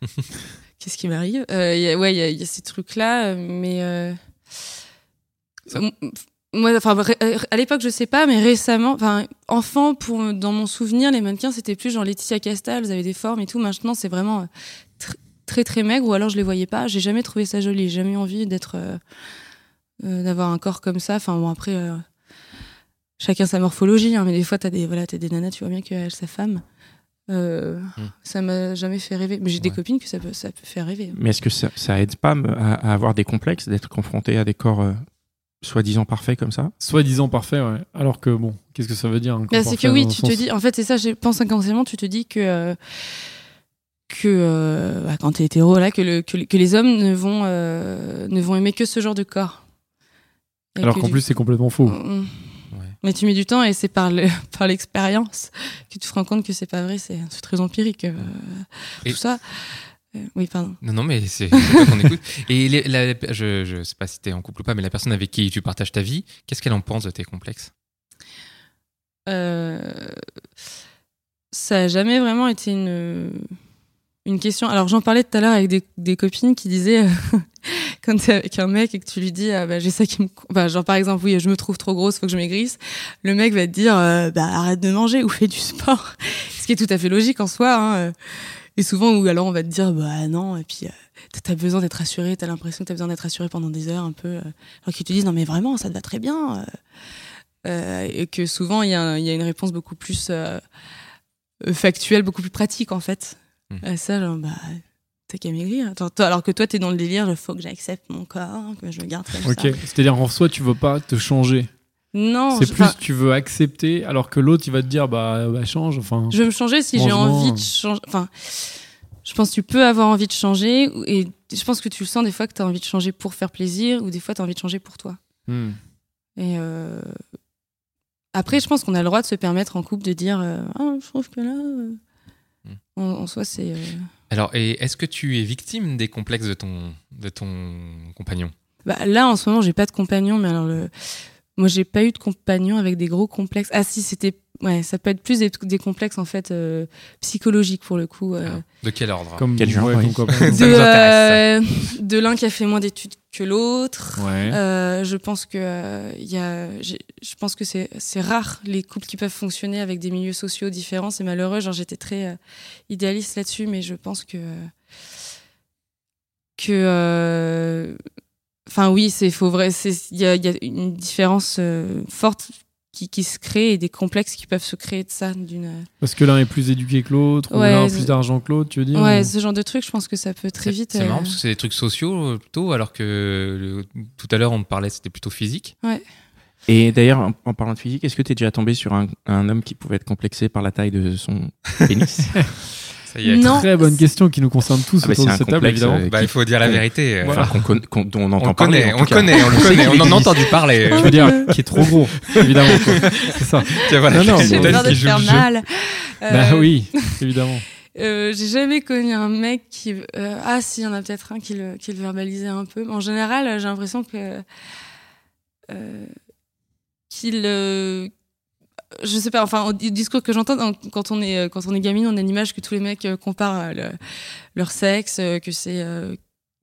Speaker 3: merde, qu'est-ce qui m'arrive Euh, y a- Ouais, il y, a- y a ces trucs-là, euh, mais. euh,
Speaker 4: Ça-
Speaker 3: m- m- Moi, enfin, ré- euh, à l'époque, je sais pas, mais récemment, enfin, enfant, pour, dans mon souvenir, les mannequins, c'était plus genre Laetitia Castal, vous avez des formes et tout. Maintenant, c'est vraiment euh, tr- très très maigre, ou alors je les voyais pas. J'ai jamais trouvé ça joli, j'ai jamais eu envie d'être, euh, euh, d'avoir un corps comme ça. Enfin, bon, après, euh, chacun sa morphologie, hein, mais des fois, t'as des, voilà, t'as des nanas, tu vois bien qu'elle sa femme. Euh,
Speaker 4: Mm.
Speaker 3: Ça m'a jamais fait rêver. Mais j'ai des
Speaker 4: Ouais.
Speaker 3: copines que ça peut, ça peut faire rêver. hein.
Speaker 1: Mais est-ce que ça, ça aide pas me- à, à avoir des complexes, d'être confronté à des corps euh, soi-disant parfaits comme ça
Speaker 2: Soi-disant parfait, ouais. Alors que bon, qu'est-ce que ça veut dire hein, un
Speaker 3: Bah,
Speaker 2: corps
Speaker 3: c'est que
Speaker 2: parfait,
Speaker 3: oui,
Speaker 2: dans le
Speaker 3: tu te
Speaker 2: sens-
Speaker 3: dis. En fait, c'est ça. Je pense inconsciemment, tu te dis que euh, que euh, bah, quand t'es hétéro, là, que, le- que, le- que les hommes ne vont euh, ne vont aimer que ce genre de corps. Il y a
Speaker 2: Alors
Speaker 3: que
Speaker 2: qu'en
Speaker 3: du-
Speaker 2: plus, c'est complètement faux.
Speaker 3: Mm.
Speaker 4: Ouais.
Speaker 3: Mais tu mets du temps et c'est par le- par l'expérience que tu te rends compte que c'est pas vrai, c'est c'est très empirique. euh,
Speaker 4: Et-
Speaker 3: Tout ça. Euh, oui, pardon.
Speaker 4: Non, non, mais c'est c'est toi qu'on écoute. Et les- la- la- je, je sais pas si t'es en couple ou pas, mais la personne avec qui tu partages ta vie, qu'est-ce qu'elle en pense de tes complexes
Speaker 3: Euh, ça a jamais vraiment été une, une question. Alors j'en parlais tout à l'heure avec des, des copines qui disaient euh, quand t'es avec un mec et que tu lui dis ah, bah, j'ai ça qui me co- bah, genre par exemple oui je me trouve trop grosse faut que je maigrisse le mec va te dire euh, bah arrête de manger ou fais du sport ce qui est tout à fait logique en soi hein, euh. et souvent ou alors on va te dire bah non et puis euh, t'as- t'as besoin d'être assuré t'as l'impression que t'as besoin d'être assuré pendant des heures un peu euh, alors qu'ils te disent non mais vraiment ça te va très bien euh. Euh, et que souvent il y, a un- il y a une réponse beaucoup plus euh, euh, factuelle, beaucoup plus pratique en fait.
Speaker 2: Mmh.
Speaker 4: Mhm.
Speaker 3: Euh, ça, genre, bah, t'as qu'à maigrir. Attends, toi- alors que toi, t'es dans le délire, il faut que j'accepte mon corps, que je le garde comme
Speaker 2: Ok,
Speaker 3: ça.
Speaker 2: c'est-à-dire en soi, tu veux pas te changer.
Speaker 3: Non,
Speaker 2: c'est
Speaker 3: je,
Speaker 2: plus
Speaker 3: enfin,
Speaker 2: tu veux accepter, alors que l'autre, il va te dire bah, bah, change. Enfin,
Speaker 3: je veux me changer si j'ai
Speaker 2: Franchement,
Speaker 3: envie
Speaker 2: euh.
Speaker 3: de changer. Enfin, je pense que tu peux avoir envie de changer ou- et je pense que tu le sens des fois que t'as envie de changer pour faire plaisir ou des fois t'as envie de changer pour toi.
Speaker 2: hmm.
Speaker 3: Et euh, après, je pense qu'on a le droit de se permettre en couple de dire euh, Ah, je trouve que là. euh,
Speaker 4: Mm.
Speaker 3: En, en soi, c'est. euh,
Speaker 4: Alors, et est-ce que tu es victime des complexes de ton, de ton compagnon
Speaker 3: Bah, là, en ce moment, j'ai pas de compagnon, mais alors le. Moi, j'ai pas eu de compagnon avec des gros complexes. Ah, si, c'était. Ouais, ça peut être plus des, des complexes, en fait, euh, psychologiques, pour le coup. euh.
Speaker 4: Alors, De quel ordre
Speaker 2: comme
Speaker 1: Quel genre,
Speaker 2: ouais,
Speaker 1: oui.
Speaker 2: comme quoi-
Speaker 4: Ça
Speaker 3: de
Speaker 4: nous intéresse,
Speaker 3: euh, de l'un qui a fait moins d'études que l'autre.
Speaker 2: Ouais.
Speaker 3: Euh, je pense que euh, il y a, j'ai- je pense que c'est c'est rare les couples qui peuvent fonctionner avec des milieux sociaux différents. C'est malheureux. Genre j'étais très euh, idéaliste là-dessus, mais je pense que euh, que euh, enfin oui, c'est faut vrai. c'est- Il y a, il y a une différence euh, forte qui, qui se crée et des complexes qui peuvent se créer de ça. D'une
Speaker 2: Parce que l'un est plus éduqué que l'autre,
Speaker 3: Ouais,
Speaker 2: ou l'un a
Speaker 3: je-
Speaker 2: plus d'argent que l'autre, tu veux dire
Speaker 3: ouais,
Speaker 2: ou-
Speaker 3: ce genre de truc, je pense que ça peut très
Speaker 4: C'est-
Speaker 3: vite.
Speaker 4: C'est
Speaker 3: euh,
Speaker 4: marrant parce que c'est des trucs sociaux euh, plutôt, alors que le- tout à l'heure on te parlait, c'était plutôt physique.
Speaker 1: Et d'ailleurs, en, en parlant de physique, est-ce que tu es déjà tombé sur un, un homme qui pouvait être complexé par la taille de son pénis
Speaker 4: Ça y est.
Speaker 3: Non.
Speaker 2: Très bonne question qui nous concerne tous
Speaker 1: Ah bah,
Speaker 2: autour
Speaker 1: c'est
Speaker 2: de
Speaker 1: un
Speaker 2: cette table,
Speaker 1: complexe,
Speaker 2: évidemment.
Speaker 1: euh,
Speaker 4: Bah, il faut dire la vérité. euh,
Speaker 1: Enfin,
Speaker 4: enfin,
Speaker 1: qu'on conna- qu'on- dont on entend
Speaker 4: on le
Speaker 1: parler.
Speaker 4: connaît,
Speaker 1: en
Speaker 4: on
Speaker 1: tout
Speaker 4: le
Speaker 1: cas.
Speaker 4: connaît, on le
Speaker 1: sait
Speaker 4: connaît, on
Speaker 1: qu'il
Speaker 4: en a
Speaker 1: existe.
Speaker 4: entendu parler.
Speaker 3: Oh
Speaker 2: Je veux dire, qui est trop gros, évidemment. quoi. C'est ça.
Speaker 3: Euh,
Speaker 4: Tiens, voilà,
Speaker 2: Non, non,
Speaker 4: c'est
Speaker 3: J'ai
Speaker 2: mais-
Speaker 4: elle
Speaker 3: peur de
Speaker 4: qui
Speaker 3: te
Speaker 4: joue le
Speaker 3: faire
Speaker 4: jeu.
Speaker 3: mal.
Speaker 2: Bah
Speaker 3: Euh,
Speaker 2: oui, évidemment.
Speaker 3: Euh, j'ai jamais connu un mec qui. euh, ah, si, il y en a peut-être un qui le, qui le verbalisait un peu. Mais en général, euh, j'ai l'impression que. euh, qu'il. euh, je sais pas, enfin, au di- discours que j'entends dans- quand on est euh, quand on est gamine, on a l'image que tous les mecs euh, comparent euh, le- leur sexe, euh, que c'est euh,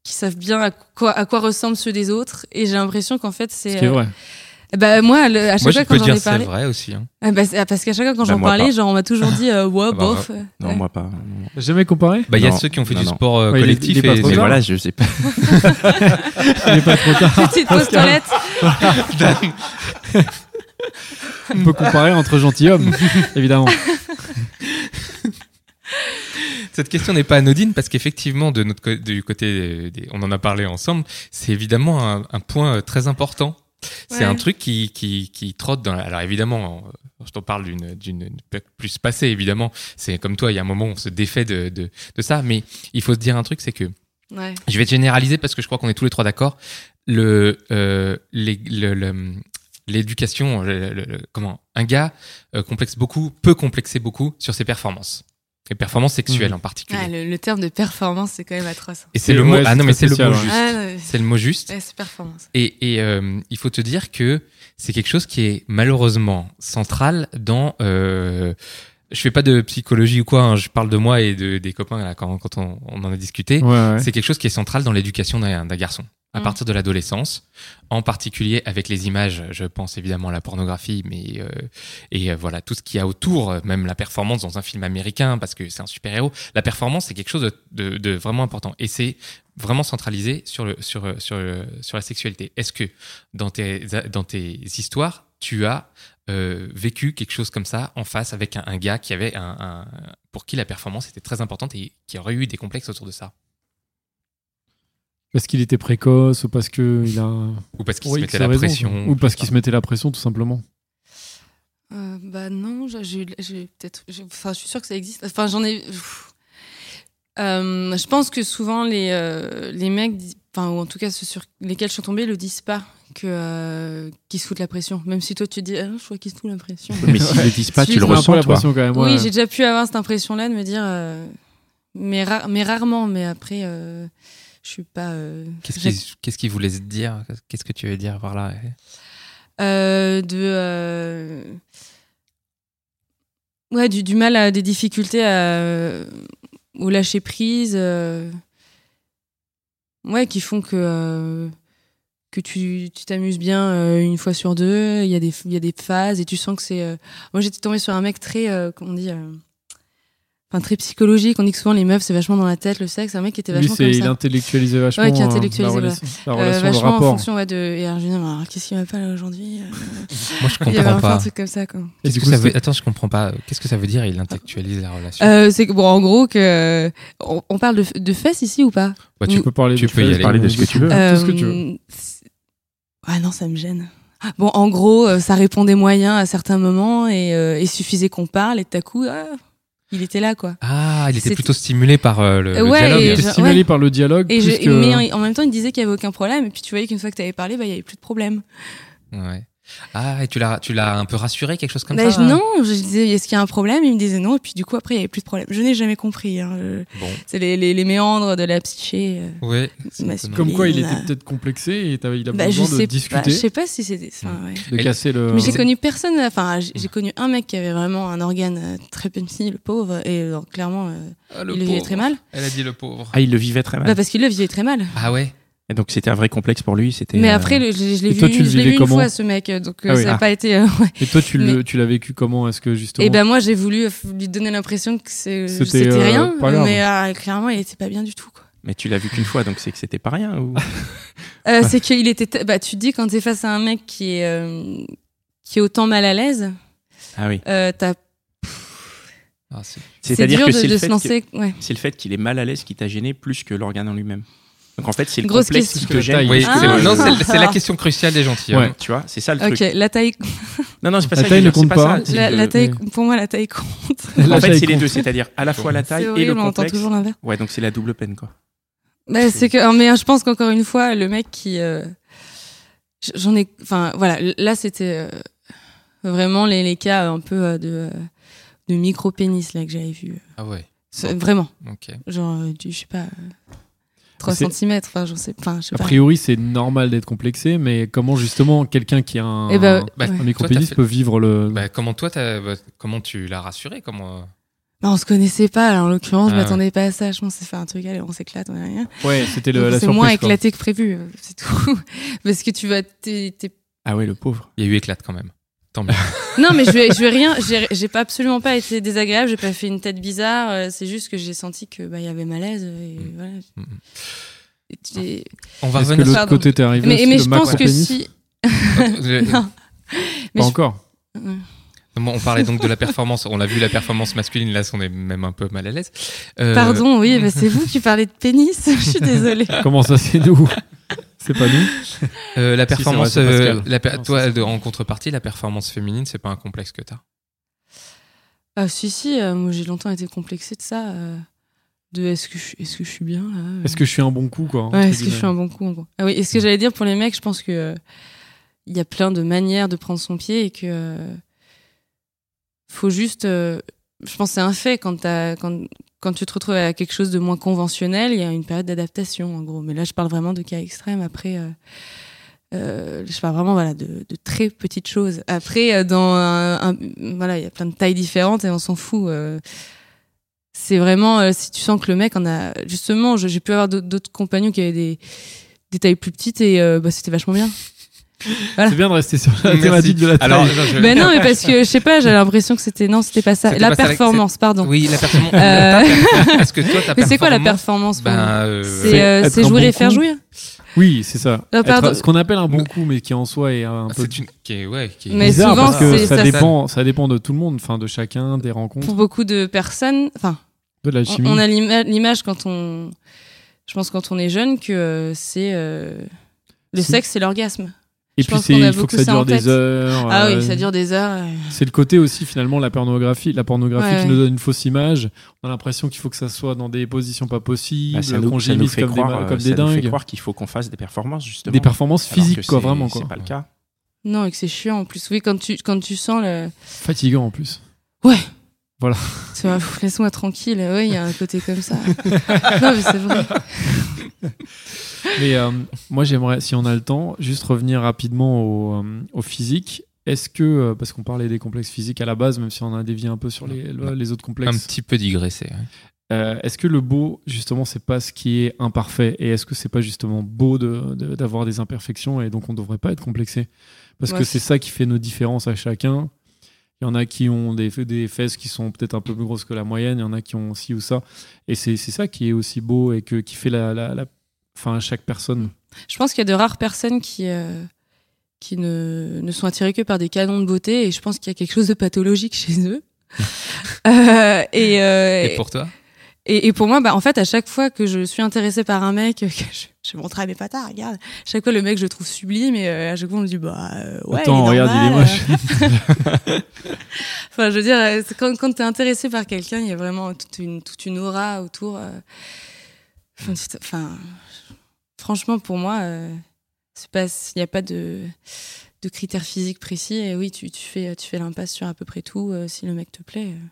Speaker 3: qu'ils savent bien à quoi à quoi ressemblent ceux des autres, et j'ai l'impression qu'en fait
Speaker 2: Ce
Speaker 3: c'est.
Speaker 2: qui est
Speaker 3: euh,
Speaker 2: vrai.
Speaker 3: bah moi, le- à chaque
Speaker 4: Moi,
Speaker 3: fois quand
Speaker 4: je peux
Speaker 3: j'en
Speaker 4: dire
Speaker 3: ai
Speaker 4: c'est
Speaker 3: parlé,
Speaker 4: vrai aussi. hein.
Speaker 3: Ah, bah, c'est- ah, parce qu'à chaque fois quand
Speaker 1: Bah,
Speaker 3: j'en
Speaker 1: moi,
Speaker 3: parlais,
Speaker 1: pas.
Speaker 3: genre on m'a toujours dit euh, ouais,
Speaker 4: Ah, bah,
Speaker 3: bof.
Speaker 1: Non,
Speaker 3: Ouais.
Speaker 1: moi pas.
Speaker 2: Jamais comparé
Speaker 4: Bah, il y a
Speaker 1: Non.
Speaker 4: ceux qui ont fait
Speaker 1: Non,
Speaker 4: du
Speaker 1: non.
Speaker 4: sport euh,
Speaker 2: Ouais, il est-
Speaker 4: collectif
Speaker 2: il est pas
Speaker 4: et
Speaker 2: trop
Speaker 1: Mais
Speaker 2: tard.
Speaker 1: voilà, je sais pas.
Speaker 2: Il n'est pas trop tard.
Speaker 3: Petite pause toilette.
Speaker 2: On peut comparer entre gentilshommes, évidemment.
Speaker 4: Cette question n'est pas anodine parce qu'effectivement, de notre co- du côté, des- des- on en a parlé ensemble, c'est évidemment un, un point euh, très important. C'est
Speaker 3: Ouais.
Speaker 4: un truc qui, qui, qui trotte dans la- Alors évidemment, euh, je t'en parle d'une, d'une d'une- plus passée, évidemment. C'est comme toi, il y a un moment où on se défait de, de, de ça. Mais il faut se dire un truc, c'est que
Speaker 3: Ouais.
Speaker 4: je vais te généraliser parce que je crois qu'on est tous les trois d'accord. Le, euh, les- le- le- l'éducation, le- le- le- comment, un gars euh, complexe beaucoup, peut complexer beaucoup sur ses performances. Les performances sexuelles en particulier.
Speaker 3: Ah, le, le terme de performance, c'est quand même atroce.
Speaker 4: Et c'est
Speaker 2: Et
Speaker 4: le mot.
Speaker 2: ouais,
Speaker 4: Ah
Speaker 2: c'est
Speaker 4: non, mais
Speaker 2: très
Speaker 4: c'est le
Speaker 2: spécial,
Speaker 4: mot
Speaker 2: ouais.
Speaker 4: juste.
Speaker 3: Ah, non,
Speaker 4: C'est le mot juste.
Speaker 3: ouais, c'est performance.
Speaker 4: Et, et, euh, il faut te dire que c'est quelque chose qui est malheureusement central dans. Euh, je fais pas de psychologie ou quoi. hein, je parle de moi et de, des copains là quand, quand on, on en a discuté.
Speaker 2: Ouais, ouais.
Speaker 4: C'est quelque chose qui est central dans l'éducation d'un d'un garçon. À
Speaker 3: Mm.
Speaker 4: partir de l'adolescence, en particulier avec les images, je pense évidemment à la pornographie, mais euh, et euh, voilà tout ce qu'il y a autour, euh, même la performance dans un film américain parce que c'est un super héros. La performance c'est quelque chose de, de- de vraiment important et c'est vraiment centralisé sur le sur euh, sur euh, sur la sexualité. Est-ce que dans tes dans tes histoires tu as euh, vécu quelque chose comme ça en face avec un, un gars qui avait un, un- pour qui la performance était très importante et qui aurait eu des complexes autour de ça
Speaker 2: Parce qu'il était précoce ou parce qu'il a.
Speaker 4: ou parce qu'il
Speaker 2: Ouais,
Speaker 4: se
Speaker 2: X
Speaker 4: mettait la
Speaker 2: raison,
Speaker 4: pression
Speaker 2: Ou parce qu'il
Speaker 4: je sais
Speaker 2: se mettait la pression, tout simplement.
Speaker 3: Euh, bah non, j'ai- j'ai eu- j'ai eu peut-être. j'ai- Enfin, je suis sûre que ça existe. Enfin, j'en ai. Pff. Euh, je pense que souvent les euh, les mecs dis- enfin ou en tout cas ceux sur lesquels je suis tombée le disent pas que euh, qu'ils se foutent la pression même si toi tu dis Ah, je crois qu'ils se foutent la pression
Speaker 1: Mais s'ils ne le disent pas,
Speaker 3: Si,
Speaker 1: Ah, tu le
Speaker 3: c'est un peu
Speaker 2: J'ai un peu
Speaker 1: ressens,
Speaker 2: la
Speaker 1: toi.
Speaker 2: pression quand même.
Speaker 3: oui
Speaker 2: ouais.
Speaker 3: j'ai déjà pu avoir cette impression là de me dire euh, mais ra- mais rarement mais après euh, je suis pas euh,
Speaker 4: Qu'est-ce
Speaker 3: j'ai-
Speaker 4: qu'ils qu'est-ce qu'ils voulaient se dire Qu'est-ce que tu veux dire par là
Speaker 3: euh, de euh, ouais du, du mal à des difficultés à, euh, au lâcher prise euh, ouais qui font que euh, que tu tu t'amuses bien euh, une fois sur deux il y a des il y a des phases et tu sens que c'est euh, moi j'étais tombée sur un mec très euh, comment on dit euh, enfin très psychologique on dit que souvent les meufs c'est vachement dans la tête le sexe un mec qui était
Speaker 2: Lui,
Speaker 3: vachement
Speaker 2: c'est,
Speaker 3: comme
Speaker 2: il
Speaker 3: ça
Speaker 2: intellectualisait vachement
Speaker 3: Ouais, qui
Speaker 2: euh,
Speaker 3: intellectualisait,
Speaker 2: la
Speaker 3: ouais.
Speaker 2: relation, la
Speaker 3: Euh,
Speaker 2: relation, le
Speaker 3: vachement en
Speaker 2: rapport.
Speaker 3: fonction ouais, de et alors je me dis, alors, qu'est-ce qui va pas là aujourd'hui Euh,
Speaker 4: Moi, je
Speaker 3: il y avait
Speaker 4: comprends
Speaker 3: enfin un
Speaker 4: pas.
Speaker 3: truc comme ça, quoi.
Speaker 2: Et
Speaker 4: Qu'est-ce
Speaker 2: du
Speaker 4: que
Speaker 2: coup,
Speaker 4: ça
Speaker 2: c'était-
Speaker 4: veut- Attends, je comprends pas. Qu'est-ce que ça veut dire Il intellectualise la relation.
Speaker 3: Euh, c'est que, bon, en gros, que, on, on parle de, f- de fesses ici ou pas
Speaker 4: Bah,
Speaker 2: Tu peux parler
Speaker 4: Tu
Speaker 2: de
Speaker 4: peux y
Speaker 2: choses,
Speaker 4: aller.
Speaker 1: Parler de ce que tu veux.
Speaker 2: tout ce que tu veux.
Speaker 3: Euh, c'est- Ah non, ça me gêne. Ah, Bon, en gros, euh, ça répond des moyens à certains moments et euh, il suffisait qu'on parle et tout à coup, ah, il était là, quoi.
Speaker 4: Ah, il était
Speaker 3: C'est-
Speaker 4: plutôt stimulé par euh, le, le
Speaker 3: Ouais,
Speaker 4: dialogue.
Speaker 3: et
Speaker 2: T'es
Speaker 3: je-
Speaker 2: stimulé
Speaker 3: ouais.
Speaker 2: par le dialogue.
Speaker 3: Et
Speaker 2: plus
Speaker 3: je,
Speaker 2: que-
Speaker 3: Mais en, en même temps, il disait qu'il y avait aucun problème et puis tu voyais qu'une fois que t'avais parlé, bah, il y avait plus de problème.
Speaker 4: Ouais. Ah, et tu l'as, tu l'as un peu rassuré, quelque chose comme
Speaker 3: Bah,
Speaker 4: ça
Speaker 3: je-
Speaker 4: hein
Speaker 3: non, je disais, est-ce qu'il y a un problème Il me disait non et puis du coup, après, il y avait plus de problème. Je n'ai jamais compris. hein, je-
Speaker 4: Bon.
Speaker 3: C'est les, les, les méandres de la psyché. euh.
Speaker 4: Ouais.
Speaker 3: c'est Bah, étonnant.
Speaker 2: Comme quoi, il
Speaker 3: Il a-
Speaker 2: était peut-être complexé et t'avais- il a
Speaker 3: Bah, je
Speaker 2: besoin de
Speaker 3: sais pas, je
Speaker 2: discuter,
Speaker 3: sais pas si c'était... enfin, ouais.
Speaker 2: de
Speaker 4: Et-
Speaker 2: casser le.
Speaker 1: Euh,
Speaker 3: Mais j'ai
Speaker 4: C'est-
Speaker 3: connu personne, enfin j'ai j'ai connu un mec qui avait vraiment un organe euh, très petit, le pauvre, et euh, clairement euh, il le vivait très mal.
Speaker 4: Elle a dit le pauvre.
Speaker 1: Ah, il le vivait très mal.
Speaker 3: Bah, parce qu'il le vivait très mal.
Speaker 4: Ah ouais.
Speaker 1: Et donc c'était un vrai complexe pour lui. C'était.
Speaker 3: Mais
Speaker 1: euh,
Speaker 3: après, le- je, je l'ai
Speaker 2: et toi, tu
Speaker 3: vu,
Speaker 2: le
Speaker 3: je l'ai
Speaker 2: vivais
Speaker 3: vu une
Speaker 2: comment
Speaker 3: fois ce mec, euh, donc euh,
Speaker 1: Ah oui,
Speaker 3: ça n'a
Speaker 1: ah.
Speaker 3: pas été. euh, ouais.
Speaker 2: Et toi, tu le-
Speaker 3: Mais-
Speaker 2: tu l'as vécu comment Est-ce que justement.
Speaker 3: Et ben moi j'ai voulu euh, lui donner l'impression que c'est-
Speaker 2: C'était,
Speaker 3: c'était
Speaker 2: euh,
Speaker 3: rien,
Speaker 2: pas grave.
Speaker 3: mais euh, clairement il était pas bien du tout. quoi.
Speaker 1: Mais tu l'as vu qu'une fois, donc c'est que c'était pas rien. Ou...
Speaker 3: Euh, c'est qu'il était. t- Bah tu te dis quand t'es face à un mec qui est euh, qui est autant mal à l'aise,
Speaker 1: Ah oui.
Speaker 3: euh, t'as-
Speaker 4: Ah, c'est-
Speaker 3: c'est
Speaker 1: C'est-à-dire
Speaker 3: dur
Speaker 1: que
Speaker 3: de,
Speaker 1: c'est
Speaker 3: de
Speaker 1: le,
Speaker 3: se
Speaker 1: fait que-
Speaker 3: lancer. Ouais.
Speaker 1: c'est le fait qu'il est mal à l'aise qui t'a gêné plus que l'organe en lui-même. Donc en fait, c'est le
Speaker 3: Grosse
Speaker 1: complexe
Speaker 3: question.
Speaker 1: qui te gêne.
Speaker 2: Taille.
Speaker 4: Oui,
Speaker 3: Ah.
Speaker 4: c'est- non, c'est, c'est la
Speaker 3: Ah.
Speaker 4: question cruciale des gentils. hein.
Speaker 2: Ouais.
Speaker 1: Tu vois, c'est ça le
Speaker 3: Ok,
Speaker 1: truc.
Speaker 3: la taille,
Speaker 1: Non, non, c'est pas
Speaker 2: La
Speaker 1: ça. je
Speaker 2: taille
Speaker 1: veux
Speaker 2: ne
Speaker 1: dire, c'est
Speaker 2: compte pas.
Speaker 1: ça, c'est
Speaker 3: la,
Speaker 1: le-
Speaker 3: la taille,
Speaker 2: le-
Speaker 3: pour moi la taille compte.
Speaker 2: La
Speaker 1: En fait,
Speaker 2: taille
Speaker 1: c'est les
Speaker 2: compte.
Speaker 1: deux, c'est-à-dire à la fois la taille
Speaker 3: C'est
Speaker 1: et le
Speaker 3: horrible, on entend
Speaker 1: complexe.
Speaker 3: toujours l'inverse.
Speaker 1: Ouais, donc c'est la double peine, quoi.
Speaker 3: Bah, c'est que, alors, mais je pense qu'encore une fois, le mec qui, euh, j- j'en ai, enfin voilà, l- là c'était euh, vraiment les, les cas euh, un peu euh, de, euh, de micro pénis là que j'avais vu.
Speaker 4: Ah ouais.
Speaker 3: C'est- Vraiment,
Speaker 4: Ok.
Speaker 3: genre euh, du, je sais pas, euh, 3
Speaker 2: C'est-
Speaker 3: cm, enfin j'en sais, enfin je sais
Speaker 2: A
Speaker 3: pas.
Speaker 2: priori, c'est normal d'être complexé, mais comment justement quelqu'un qui a un,
Speaker 3: Eh ben,
Speaker 4: Bah,
Speaker 3: ouais.
Speaker 2: un
Speaker 4: Toi,
Speaker 2: micropénis
Speaker 4: t'as fait-
Speaker 2: peut vivre le.
Speaker 4: Bah, comment toi, t'as- bah, comment tu l'as rassuré Comment euh,
Speaker 3: Bah, on se connaissait pas, là, en l'occurrence,
Speaker 4: Ah
Speaker 3: je
Speaker 4: ouais.
Speaker 3: m'attendais pas à ça. Je pense que c'est faire un truc, allez, on s'éclate, on a rien.
Speaker 2: Ouais, c'était le- la
Speaker 3: C'est
Speaker 2: surprise.
Speaker 3: moins
Speaker 2: quoi.
Speaker 3: éclaté que prévu, euh, c'est tout. Parce que tu vas, t'es t'es
Speaker 1: Ah ouais, le pauvre.
Speaker 4: Il y a eu éclate quand même. Tant mieux.
Speaker 3: Non, mais je vais, je vais rien. J'ai j'ai pas absolument pas été désagréable. J'ai pas fait une tête bizarre. euh, C'est juste que j'ai senti que bah il y avait malaise. Et
Speaker 4: Mm.
Speaker 3: voilà.
Speaker 4: Mm.
Speaker 3: Et tu- et-
Speaker 4: On va
Speaker 2: Est-ce que
Speaker 4: revenir.
Speaker 2: l'autre
Speaker 3: Pardon.
Speaker 2: côté t'es arrivé
Speaker 3: mais
Speaker 2: aussi,
Speaker 3: mais
Speaker 2: le
Speaker 3: je pense que
Speaker 2: macropénis
Speaker 3: si.
Speaker 4: Euh,
Speaker 3: Non. mais je-
Speaker 2: Pas encore.
Speaker 3: Euh,
Speaker 4: Bon, on parlait donc de la performance. On a vu la performance masculine. Là, on est même un peu mal à l'aise. Euh,
Speaker 3: Pardon, oui, mais c'est vous qui parlez de pénis. je suis désolée.
Speaker 2: Comment ça, c'est nous C'est pas nous
Speaker 4: euh, la
Speaker 2: Si, c'est
Speaker 4: performance,
Speaker 2: vrai, c'est
Speaker 4: euh,
Speaker 2: Pascal.
Speaker 4: la per-
Speaker 2: Non,
Speaker 4: toi,
Speaker 2: c'est-
Speaker 4: de- en contrepartie, la performance féminine, c'est pas un complexe que t'as.
Speaker 3: Ah si si. euh, moi j'ai longtemps été complexée de ça. euh, de est-ce que je- est-ce que je suis bien là euh.
Speaker 2: Est-ce que je suis un bon coup, quoi entre
Speaker 3: Ouais, est-ce que je
Speaker 2: guillemets
Speaker 3: suis un bon coup en gros Ah oui, et ce que j'allais dire pour les mecs, je pense que euh, il y a plein de manières de prendre son pied et que euh, faut juste. euh, je pense que c'est un fait quand t'as- quand quand tu te retrouves à quelque chose de moins conventionnel, il y a une période d'adaptation en gros. Mais là, je parle vraiment de cas extrêmes. Après. euh, euh, je parle vraiment voilà de, de très petites choses. Après, euh, dans un, un- voilà, il y a plein de tailles différentes et on s'en fout. euh. c'est vraiment euh, si tu sens que le mec en a justement, je- j'ai pu avoir d'aut- d'autres compagnons qui avaient des, des tailles plus petites et euh, bah, c'était vachement bien.
Speaker 2: C'est bien de rester sur la
Speaker 4: Merci.
Speaker 2: thématique de la taille.
Speaker 4: Alors, non, je-
Speaker 3: ben non, mais parce que je sais pas, j'ai l'impression que c'était non, c'était pas ça.
Speaker 4: C'était
Speaker 3: La
Speaker 4: pas ça,
Speaker 3: performance, pardon.
Speaker 4: oui, la performance.
Speaker 3: Euh,
Speaker 4: Parce que toi, ta
Speaker 3: mais c'est quoi la performance
Speaker 4: performance
Speaker 3: pour moi
Speaker 4: Ben, euh,
Speaker 3: C'est euh,
Speaker 2: être
Speaker 3: c'est
Speaker 2: un
Speaker 3: jouer
Speaker 2: bon
Speaker 3: et faire
Speaker 2: coup.
Speaker 3: jouer.
Speaker 2: Oui, c'est ça.
Speaker 3: Non,
Speaker 2: Être-
Speaker 3: pardon.
Speaker 2: ce qu'on appelle un bon coup, mais qui en soi est un peu
Speaker 4: c'est une qui est- ouais, qui est-
Speaker 3: Mais
Speaker 2: bizarre
Speaker 3: souvent,
Speaker 2: parce que
Speaker 3: c'est-
Speaker 2: ça,
Speaker 3: ça-
Speaker 2: dépend, ça dépend de tout le monde, enfin de chacun, des rencontres,
Speaker 3: Pour beaucoup de personnes, enfin,
Speaker 2: de la
Speaker 3: On-
Speaker 2: chimie.
Speaker 3: On a l'ima- l'image quand on, je pense quand on est jeune que euh, c'est euh, le
Speaker 2: Si.
Speaker 3: sexe c'est l'orgasme.
Speaker 2: Et
Speaker 3: Je
Speaker 2: puis
Speaker 3: pense
Speaker 2: c'est,
Speaker 3: qu'on a
Speaker 2: il faut
Speaker 3: beaucoup
Speaker 2: que ça
Speaker 3: ça
Speaker 2: dure
Speaker 3: en
Speaker 2: des
Speaker 3: tête.
Speaker 2: heures.
Speaker 3: Ah
Speaker 2: euh,
Speaker 3: oui, ça dure des heures. euh.
Speaker 2: C'est le côté aussi finalement la pornographie, la pornographie
Speaker 3: Ouais,
Speaker 2: qui
Speaker 3: ouais.
Speaker 2: nous donne une fausse image. On a l'impression qu'il faut que ça soit dans des positions pas possibles,
Speaker 1: Bah, ça nous,
Speaker 2: qu'on
Speaker 1: ça nous
Speaker 2: gémisse
Speaker 1: fait
Speaker 2: comme, des,
Speaker 1: croire,
Speaker 2: ma-
Speaker 1: euh,
Speaker 2: comme
Speaker 1: ça
Speaker 2: des
Speaker 1: nous fait
Speaker 2: dingues,
Speaker 1: croire qu'il faut qu'on fasse des performances justement.
Speaker 2: des performances
Speaker 1: Alors que
Speaker 2: physiques quoi
Speaker 1: c'est-
Speaker 2: vraiment quoi.
Speaker 1: C'est pas le cas.
Speaker 3: Non, et que c'est chiant en plus. Oui, quand tu, quand tu sens le.
Speaker 2: Fatigant en plus.
Speaker 3: Ouais.
Speaker 2: Voilà.
Speaker 3: C'est vrai, pff, Laisse-moi tranquille. Oui, il y a un côté comme ça. non, mais c'est vrai.
Speaker 2: Mais euh, moi j'aimerais, si on a le temps, juste revenir rapidement au, euh, au physique. Est-ce que euh, parce qu'on parlait des complexes physiques à la base, même si on a dévié un peu sur les,
Speaker 4: Ouais.
Speaker 2: les autres
Speaker 4: Un
Speaker 2: complexes,
Speaker 4: petit peu digressé. ouais.
Speaker 2: Euh, est-ce que le beau, justement, c'est pas ce qui est imparfait Et est-ce que c'est pas justement beau de- de- d'avoir des imperfections et donc on devrait pas être complexé Parce
Speaker 3: Ouais,
Speaker 2: que
Speaker 3: c'est-
Speaker 2: c'est ça qui fait nos différences à chacun. Il y en a qui ont des, des fesses qui sont peut-être un peu plus grosses que la moyenne, il y en a qui ont ci ou ça. Et c'est c'est ça qui est aussi beau et que, qui fait la, la, la- enfin, à chaque personne.
Speaker 3: Je pense qu'il y a de rares personnes qui, euh, qui ne, ne sont attirées que par des canons de beauté et je pense qu'il y a quelque chose de pathologique chez eux. Euh, et, euh,
Speaker 4: Et pour toi
Speaker 3: Et, et pour moi, bah, en fait, à chaque fois que je suis intéressée par un mec, que je, je montrerai mes patards, regarde. Chaque fois, le mec, je le trouve sublime et euh, à chaque fois, on me dit, bah, euh, ouais.
Speaker 2: Attends,
Speaker 3: il est
Speaker 2: regarde, il est
Speaker 3: normal,
Speaker 2: moche.
Speaker 3: euh. enfin, je veux dire, euh, c'est quand, quand t'es intéressé par quelqu'un, il y a vraiment toute une, toute une aura autour. euh. Enfin, tu te- enfin, franchement, pour moi, euh, c'est pas, il n'y a pas de, de critères physiques précis. Et oui, tu, tu fais, tu fais l'impasse sur à peu près tout euh, si le mec te plaît. euh.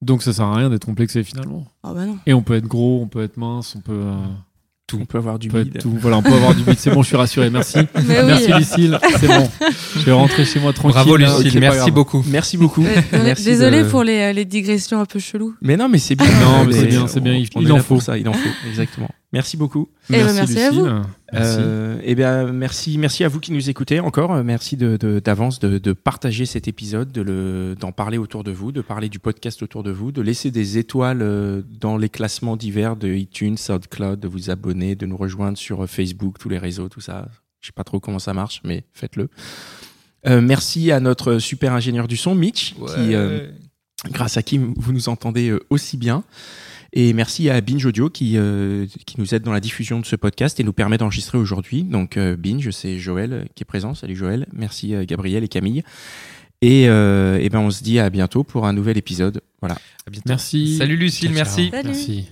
Speaker 2: Donc ça sert à rien d'être complexé finalement.
Speaker 3: Oh bah non.
Speaker 2: Et on peut être gros, on peut être mince, on peut, euh,
Speaker 1: On peut avoir du
Speaker 2: on peut être
Speaker 1: bide.
Speaker 2: tout. Voilà, on peut avoir du bide. C'est bon, je suis rassuré, merci.
Speaker 3: Mais oui.
Speaker 2: Merci Lucille, c'est bon. Je vais rentrer chez moi tranquille.
Speaker 4: Bravo
Speaker 2: là.
Speaker 4: Lucille,
Speaker 2: Ok, pas
Speaker 4: merci
Speaker 2: grave.
Speaker 4: beaucoup.
Speaker 1: Merci beaucoup.
Speaker 3: Ouais, désolé-
Speaker 1: Merci
Speaker 3: Euh, désolé
Speaker 1: de-
Speaker 3: pour les, euh, les digressions un peu cheloues.
Speaker 1: Mais non, mais c'est bien.
Speaker 2: Non, mais c'est bien, c'est bien,
Speaker 1: on-
Speaker 2: il-
Speaker 1: on
Speaker 2: il
Speaker 1: est
Speaker 2: en
Speaker 1: là pour
Speaker 2: faut.
Speaker 1: ça, il en faut. Exactement. Merci beaucoup.
Speaker 3: Eh ben, merci à vous.
Speaker 2: Lucille. Merci.
Speaker 1: Euh, eh bien, merci, merci à vous qui nous écoutez encore. Euh, Merci de- de- d'avance de, de, partager cet épisode, de le- d'en parler autour de vous, de parler du podcast autour de vous, de laisser des étoiles euh, dans les classements divers de iTunes, SoundCloud, de vous abonner, de nous rejoindre sur euh, Facebook, tous les réseaux, tout ça. Je sais pas trop comment ça marche, mais faites-le. Euh, merci à notre super ingénieur du son, Mitch, qui, euh, grâce à qui vous nous entendez euh, aussi bien. Et merci à Binge Audio qui, euh, qui nous aide dans la diffusion de ce podcast et nous permet d'enregistrer aujourd'hui. Donc euh, Binge, c'est Joël euh, qui est présent. Salut Joël. Merci euh, Gabriel et Camille. Et, euh, eh ben on se dit à bientôt pour un nouvel épisode. Voilà.
Speaker 4: À bientôt.
Speaker 2: Merci.
Speaker 4: Salut Lucille,
Speaker 2: Ciao, ciao.
Speaker 4: merci.
Speaker 3: Salut.
Speaker 2: Merci.